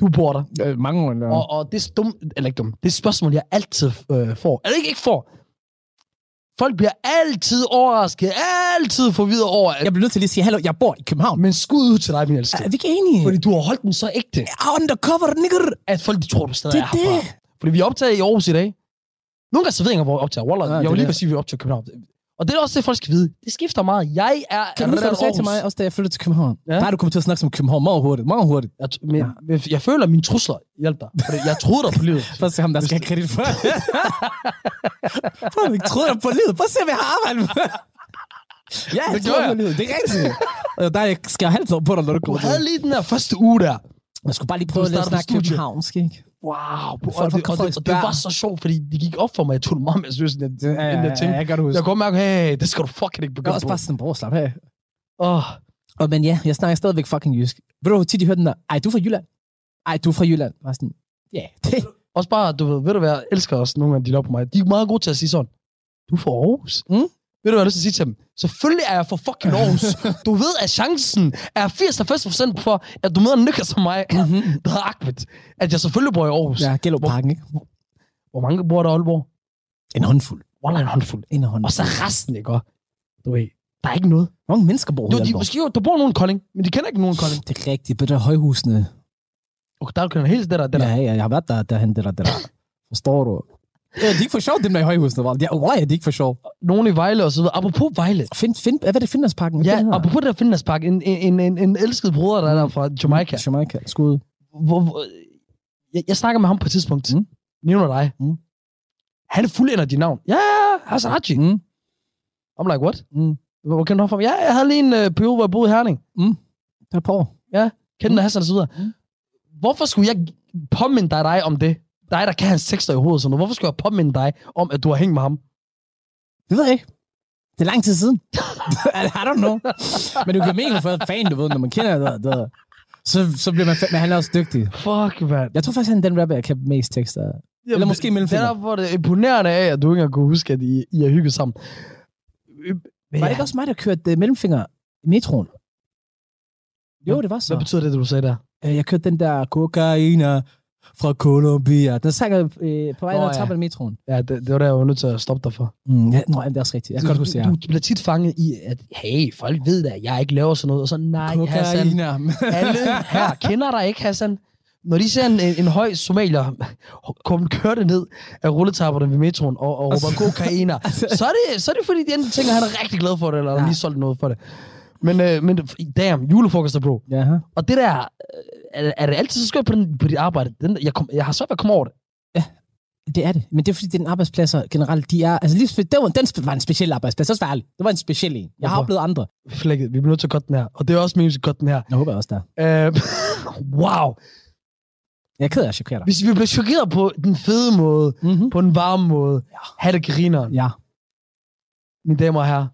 Speaker 7: Mm. du bor der.
Speaker 1: Øh, mange år. eller-
Speaker 7: Og, og det, er dum, eller ikke dum, det er et spørgsmål, jeg altid øh, får. Eller ikke, ikke får. Folk bliver altid overrasket, altid forvirret over, at...
Speaker 1: Jeg bliver nødt til lige at sige, hallo, jeg bor i København.
Speaker 7: Men skud ud til dig, min elskede.
Speaker 1: Er vi ikke enige?
Speaker 7: Fordi du har holdt den så ægte,
Speaker 1: Undercover, nigger!
Speaker 7: at folk de tror, du stadig
Speaker 1: Det
Speaker 7: er
Speaker 1: er det.
Speaker 7: herfra. Fordi vi optager i Aarhus i dag. Nogle gange så ved jeg ikke, hvor vi optager. Wallah,
Speaker 1: Nej,
Speaker 7: jeg
Speaker 1: det
Speaker 7: vil
Speaker 1: er
Speaker 7: lige
Speaker 1: det.
Speaker 7: ved at sige, at vi optager i København. Og det er også det, folk skal vide. Det skifter meget. Jeg er...
Speaker 1: Kan du huske, hvad du sagde til mig, også da jeg flyttede til København?
Speaker 7: Ja.
Speaker 1: Ja. Der er du kommet til at snakke som København meget hurtigt, meget hurtigt.
Speaker 7: Jeg, t- men, men jeg føler, at mine trusler hjalp dig. Fordi jeg troede dig på livet.
Speaker 1: Først til ham, der skal have kredit for. Prøv ikke troede dig på livet. Prøv at se, hvad jeg har arbejdet med. Ja, jeg
Speaker 7: Det
Speaker 1: troede
Speaker 7: gjorde
Speaker 1: på livet. Det er rigtigt. Og der jeg skal jeg halvt op på dig, når du
Speaker 7: Du
Speaker 1: kommer
Speaker 7: havde
Speaker 1: til.
Speaker 7: lige den der første uge der.
Speaker 1: Jeg skulle bare lige prøve
Speaker 7: Du
Speaker 1: at lade
Speaker 7: startede
Speaker 1: snakke
Speaker 7: på studie.
Speaker 1: københavnsk, ikke?
Speaker 7: Wow. Og, det,
Speaker 1: folk
Speaker 7: og, det, og, det,
Speaker 1: spørger.
Speaker 7: var så sjovt, fordi det gik op for mig. Jeg tog det meget mere seriøst, end jeg,
Speaker 1: Ja, ja,
Speaker 7: end
Speaker 1: ja,
Speaker 7: jeg tænkte.
Speaker 1: jeg kan godt
Speaker 7: Jeg
Speaker 1: huske.
Speaker 7: kunne godt mærke, hey, det skal du fucking ikke
Speaker 1: Jeg er
Speaker 7: begynde
Speaker 1: også
Speaker 7: på.
Speaker 1: bare sådan, bror, slap af.
Speaker 7: Åh,
Speaker 1: Og men ja, jeg snakker stadigvæk fucking jysk. Ved du, hvor tit de hørte den der, ej, du er fra Jylland. Ej, du er fra Jylland. Jeg var sådan, ja, det,
Speaker 7: Også bare, du ved, ved du hvad, jeg elsker også nogle gange de der på mig. De er meget gode til at sige sådan, du er fra Aarhus.
Speaker 1: Mm.
Speaker 7: Ved du, hvad jeg har lyst til at sige til dem? Selvfølgelig er jeg fra fucking Aarhus. du ved, at chancen er 80-90% for, at du møder en nykker som mig,
Speaker 1: Mhm.
Speaker 7: der hedder Ahmed. At jeg selvfølgelig bor i Aarhus.
Speaker 1: ja, Gellerup Parken, ikke?
Speaker 7: Hvor mange bor der i Aalborg?
Speaker 1: En håndfuld.
Speaker 7: Wallah, en håndfuld.
Speaker 1: En håndfuld.
Speaker 7: Og så resten, ikke? også? Du ved, der er ikke noget.
Speaker 1: Hvor mange mennesker bor
Speaker 7: Jo,
Speaker 1: i
Speaker 7: de,
Speaker 1: Aalborg?
Speaker 7: måske jo, der bor nogen i Kolding, men de kender ikke nogen i Kolding.
Speaker 1: Det er rigtigt, på det der højhusene.
Speaker 7: Okay, der kender helt det der, det der.
Speaker 1: Ja, ja, jeg har været der, derhen, det der, det der. Forstår du? Ja, det er ikke for sjovt, dem der i højhusene. var. Ja, wow, ja, det er ikke for sjovt.
Speaker 7: Nogen i Vejle og så videre. Apropos Vejle.
Speaker 1: Find, find, hvad er det, Finlandsparken? Hvad
Speaker 7: Ja,
Speaker 1: er det, den hedder?
Speaker 7: apropos det der Finlandspark, en, en, en, en elsket bruder, der er der fra Jamaica.
Speaker 1: Jamaica, skud.
Speaker 7: hvor, hvor, jeg, jeg snakker med ham på et tidspunkt. Mm.
Speaker 1: Mm.
Speaker 7: Nævner dig.
Speaker 1: Mm.
Speaker 7: Han er fuld af dit navn. Ja, ja, Hasarachi. Mm.
Speaker 1: Mm,
Speaker 7: I'm like, what?
Speaker 1: mm.
Speaker 7: Hvor hvor kender du ham fra? Ja, jeg havde lige en øh, periode, hvor jeg boede i Herning.
Speaker 1: Der er på.
Speaker 7: Kendte mm. Hassan og så videre. Mm.
Speaker 1: Mm.
Speaker 7: Hvorfor skulle jeg påminde dig, dig om det? Dig, der kan hans tekster i hovedet og sådan noget. Hvorfor skulle jeg påminde dig om, at du har hængt med ham?
Speaker 1: Det ved jeg ikke. Det er lang tid siden. I don't know. Men du kan mega for fan, du ved, når man kender det. det. Så, så bliver man fa- men han er også dygtig.
Speaker 7: Fuck, mand.
Speaker 1: Jeg tror faktisk, han er den rapper, jeg kan mest tekster. Eller måske
Speaker 7: Det er
Speaker 1: mellemfinger.
Speaker 7: derfor, det er imponerende af, at du ikke engang kunne huske, at I, I har hygget sammen. Øh, Men,
Speaker 1: Var det ikke også mig, der kørte uh, mellemfinger i metroen? Jo, det var så.
Speaker 7: Hvad betyder det, du sagde der?
Speaker 1: Øh, Jeg kørte den der kokaina fra Colombia. Den sang jeg øh, på vej
Speaker 7: Nå,
Speaker 1: ned ad
Speaker 7: ja.
Speaker 1: trappen af metroen.
Speaker 7: Ja, det, det var der, jeg var nødt til at stoppe dig for. Altså,
Speaker 1: Mm, ja, nå, jamen, det er også rigtigt. Jeg kan godt huske, det
Speaker 7: du, du bliver tit fanget i, at hey, folk ved da, at jeg ikke laver sådan noget. Og så, nej, Hassan,
Speaker 1: Kokaina.
Speaker 7: alle her kender dig ikke, Hassan. Når de ser en, en, en høj somalier komme kørte ned af rulletapperne ved metroen og, og råber kokainer, så er, det, så er det fordi, de enten tænker, at han er rigtig glad for det, eller han har
Speaker 1: Ja.
Speaker 7: lige solgt noget for det. Men, øh, men damn, julefrokoster, bro.
Speaker 1: ja, ha.
Speaker 7: Og det der, øh, er, er det altid så skørt på, den, på dit arbejde? Den, jeg, kom, jeg har svært ved at komme over det.
Speaker 1: det er det. Men det er fordi, den arbejdspladser generelt, de er... Altså, lige, spe- den, var, den spe- var en speciel arbejdsplads. Også ærlig. Det var en speciel en. Jeg har
Speaker 7: Hvorfor?
Speaker 1: oplevet andre.
Speaker 7: Flækket, vi bliver nødt til at cutte den her. Og det er også meningen, at cutte den her.
Speaker 1: Jeg håber også, der. er.
Speaker 7: Øh, wow.
Speaker 1: Jeg er ked af at chokere dig.
Speaker 7: Hvis vi bliver chokeret på den fede måde,
Speaker 1: Mm-hmm.
Speaker 7: på den varme måde, ja.
Speaker 1: Ja.
Speaker 7: have det grineren, ja.
Speaker 1: Ja.
Speaker 7: mine damer og herrer,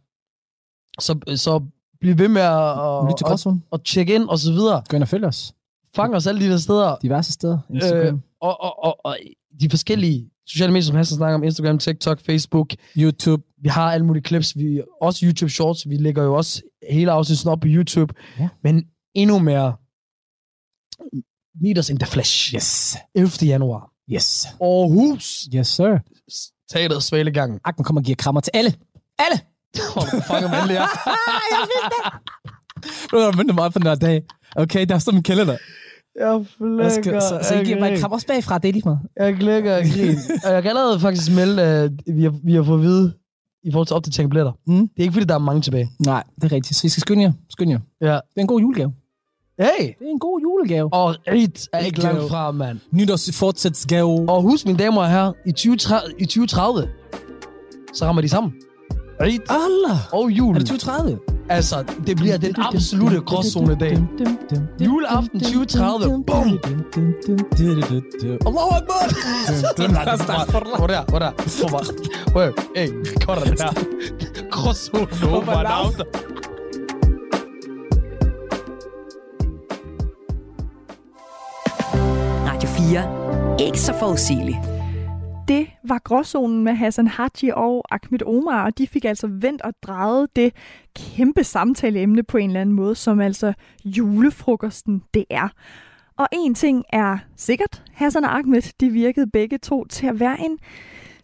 Speaker 7: så, så bliv ved med at,
Speaker 1: Lyt til
Speaker 7: at, at,
Speaker 1: Gråzonen.
Speaker 7: at tjekke ind og så videre.
Speaker 1: Gå ind og følg os.
Speaker 7: Fang os alle de der steder, Øh,
Speaker 1: Diverse steder. Instagram.
Speaker 7: og, og, og, og de forskellige sociale medier, som Hassan snakker om, Instagram, TikTok, Facebook.
Speaker 1: YouTube.
Speaker 7: Vi har alle mulige clips, vi, også YouTube Shorts, vi lægger jo også hele afsnittet op på YouTube.
Speaker 1: Ja.
Speaker 7: Men endnu mere, meet us in the flesh,
Speaker 1: Yes.
Speaker 7: 11. januar.
Speaker 1: Yes.
Speaker 7: Aarhus,
Speaker 1: Yes, sir.
Speaker 7: teateret Svalegangen.
Speaker 1: Akten kommer og giver krammer til alle. Alle!
Speaker 7: Hvor du fucking mandlig er.
Speaker 1: jeg fik det. Du har mindet mig på den her dag. Okay, der står min kalender.
Speaker 7: Jeg
Speaker 1: Jeg skal,
Speaker 7: flækker.
Speaker 1: så, så I giver mig et kram også bagfra, det er lige meget.
Speaker 7: Jeg klikker og griner. Og jeg kan allerede faktisk melde, at vi har, vi har fået at vide, i forhold til opdatering af billetter.
Speaker 1: Mm.
Speaker 7: Det er ikke, fordi der er mange tilbage.
Speaker 1: Nej, det er rigtigt. Så I skal skynde jer. Skynde jer.
Speaker 7: Ja.
Speaker 1: Det er en god julegave.
Speaker 7: Hey!
Speaker 1: Det er en god julegave.
Speaker 7: Og Rit er ikke
Speaker 1: Ikke
Speaker 7: langt
Speaker 1: jo.
Speaker 7: fra, mand.
Speaker 1: Nytårsfortsætsgave.
Speaker 7: Og husk, mine damer og herrer, i 2030, i 2030 så rammer de sammen. Rit
Speaker 1: Allah!
Speaker 7: og jul.
Speaker 1: Er det 2030?
Speaker 7: Altså, det bliver den absolute gråzone dag. Juleaften 2030. Bum! Allahu Akbar! Hvor der, hvor der. Hvor var Hvor Ey, hvor der der? Gråzone, hvor var der?
Speaker 2: Radio 4. Ikke så forudsigelig.
Speaker 3: det var gråzonen med Hassan Haji og Ahmed Omar, og de fik altså vendt og drejet det kæmpe samtaleemne på en eller anden måde, som altså julefrokosten det er. Og en ting er sikkert, Hassan og Ahmed, de virkede begge to til at være en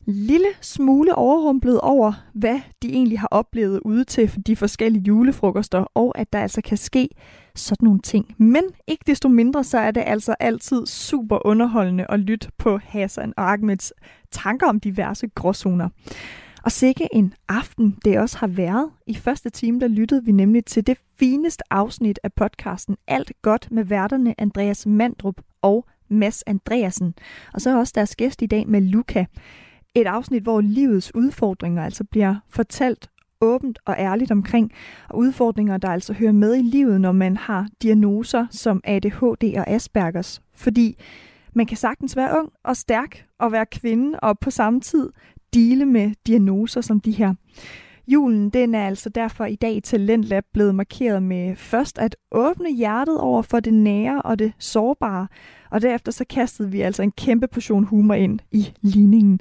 Speaker 3: lille smule overrumplet over, hvad de egentlig har oplevet ude til de forskellige julefrokoster, og at der altså kan ske sådan nogle ting. Men ikke desto mindre, så er det altså altid super underholdende at lytte på Hassan og Ahmeds tanker om diverse gråzoner. Og sikke en aften det også har været. I første time, der lyttede vi nemlig til det fineste afsnit af podcasten Alt Godt med værterne Andreas Mandrup og Mads Andreasen. Og så er også deres gæst i dag med Luca. Et afsnit, hvor livets udfordringer altså bliver fortalt åbent og ærligt omkring, og udfordringer, der altså hører med i livet, når man har diagnoser som ADHD og Aspergers. Fordi man kan sagtens være ung og stærk og være kvinde og på samme tid dele med diagnoser som de her. Julen den er altså derfor i dag i Talentlab blevet markeret med først at åbne hjertet over for det nære og det sårbare, og derefter så kastede vi altså en kæmpe portion humor ind i ligningen.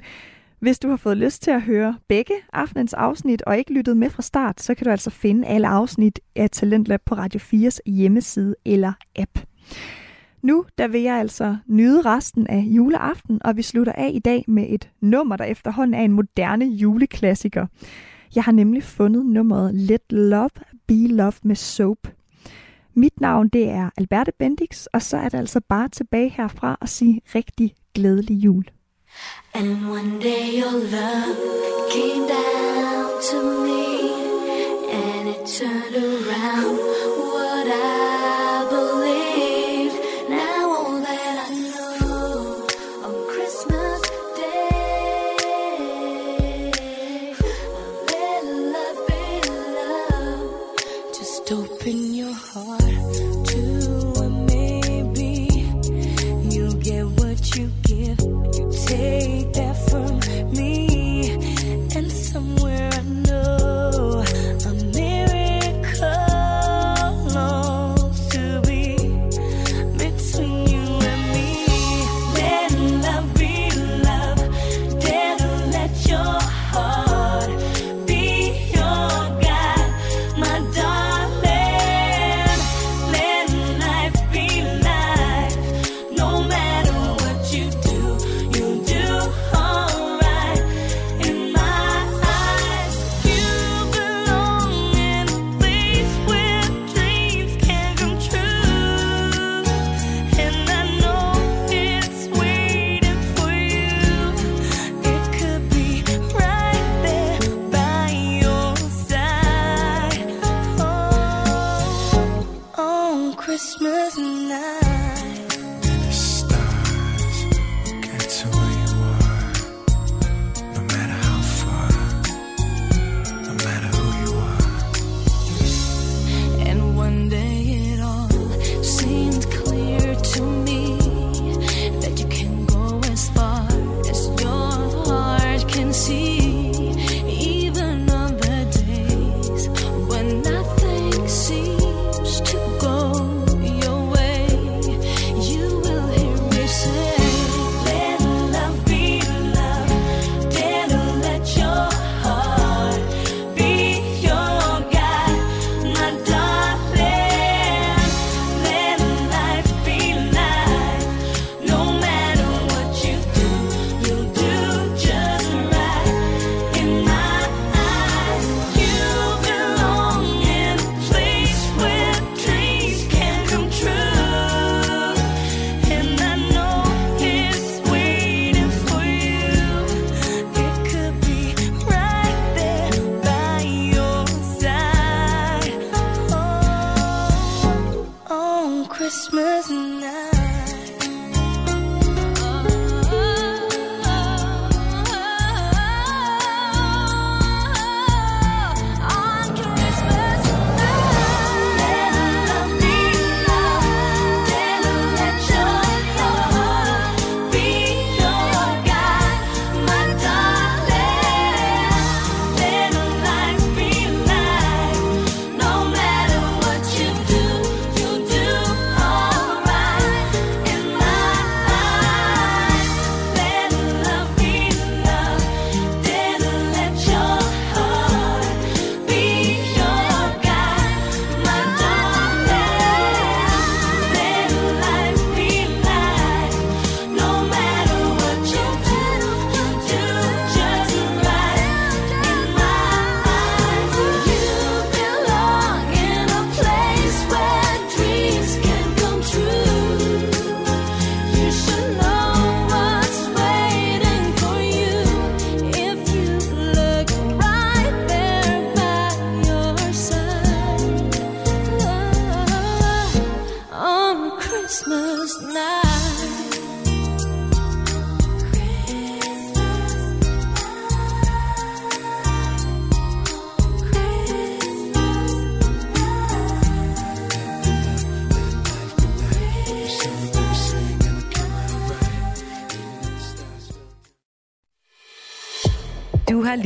Speaker 3: Hvis du har fået lyst til at høre begge aftenens afsnit og ikke lyttet med fra start, så kan du altså finde alle afsnit af Talentlab på Radio 4's hjemmeside eller app. Nu der vil jeg altså nyde resten af juleaften, og vi slutter af i dag med et nummer, der efterhånden er en moderne juleklassiker. Jeg har nemlig fundet nummeret Let Love Be Love med Soap. Mit navn det er Alberte Bendix, og så er det altså bare tilbage herfra og sige rigtig glædelig jul.
Speaker 7: And one day your love came down to me and it turned around what I believed. Now all that I know on Christmas Day, I'll let love be love. Just open your heart to a maybe. You get what you give. You take that from me. And somewhere I know a miracle's to be between you and me. Let love be love. Dare to let your heart be your guide, my darling. Let life be life. No matter what you do, you do alright in my eyes. You belong in a place where dreams can come true, and I know it's waiting for you. It could be right there by your side. Oh, on Christmas night.
Speaker 8: Stars get to where you are, no matter how far, no matter who you are.
Speaker 7: And one day it all seemed clear to me that you can go as far as your heart can see. Even on the days when nothing seems to go your way, you will hear me say, Let love be love, dare to let your heart be your guide, my darling. Let life be life. No matter what you do, you'll do just right
Speaker 9: Du har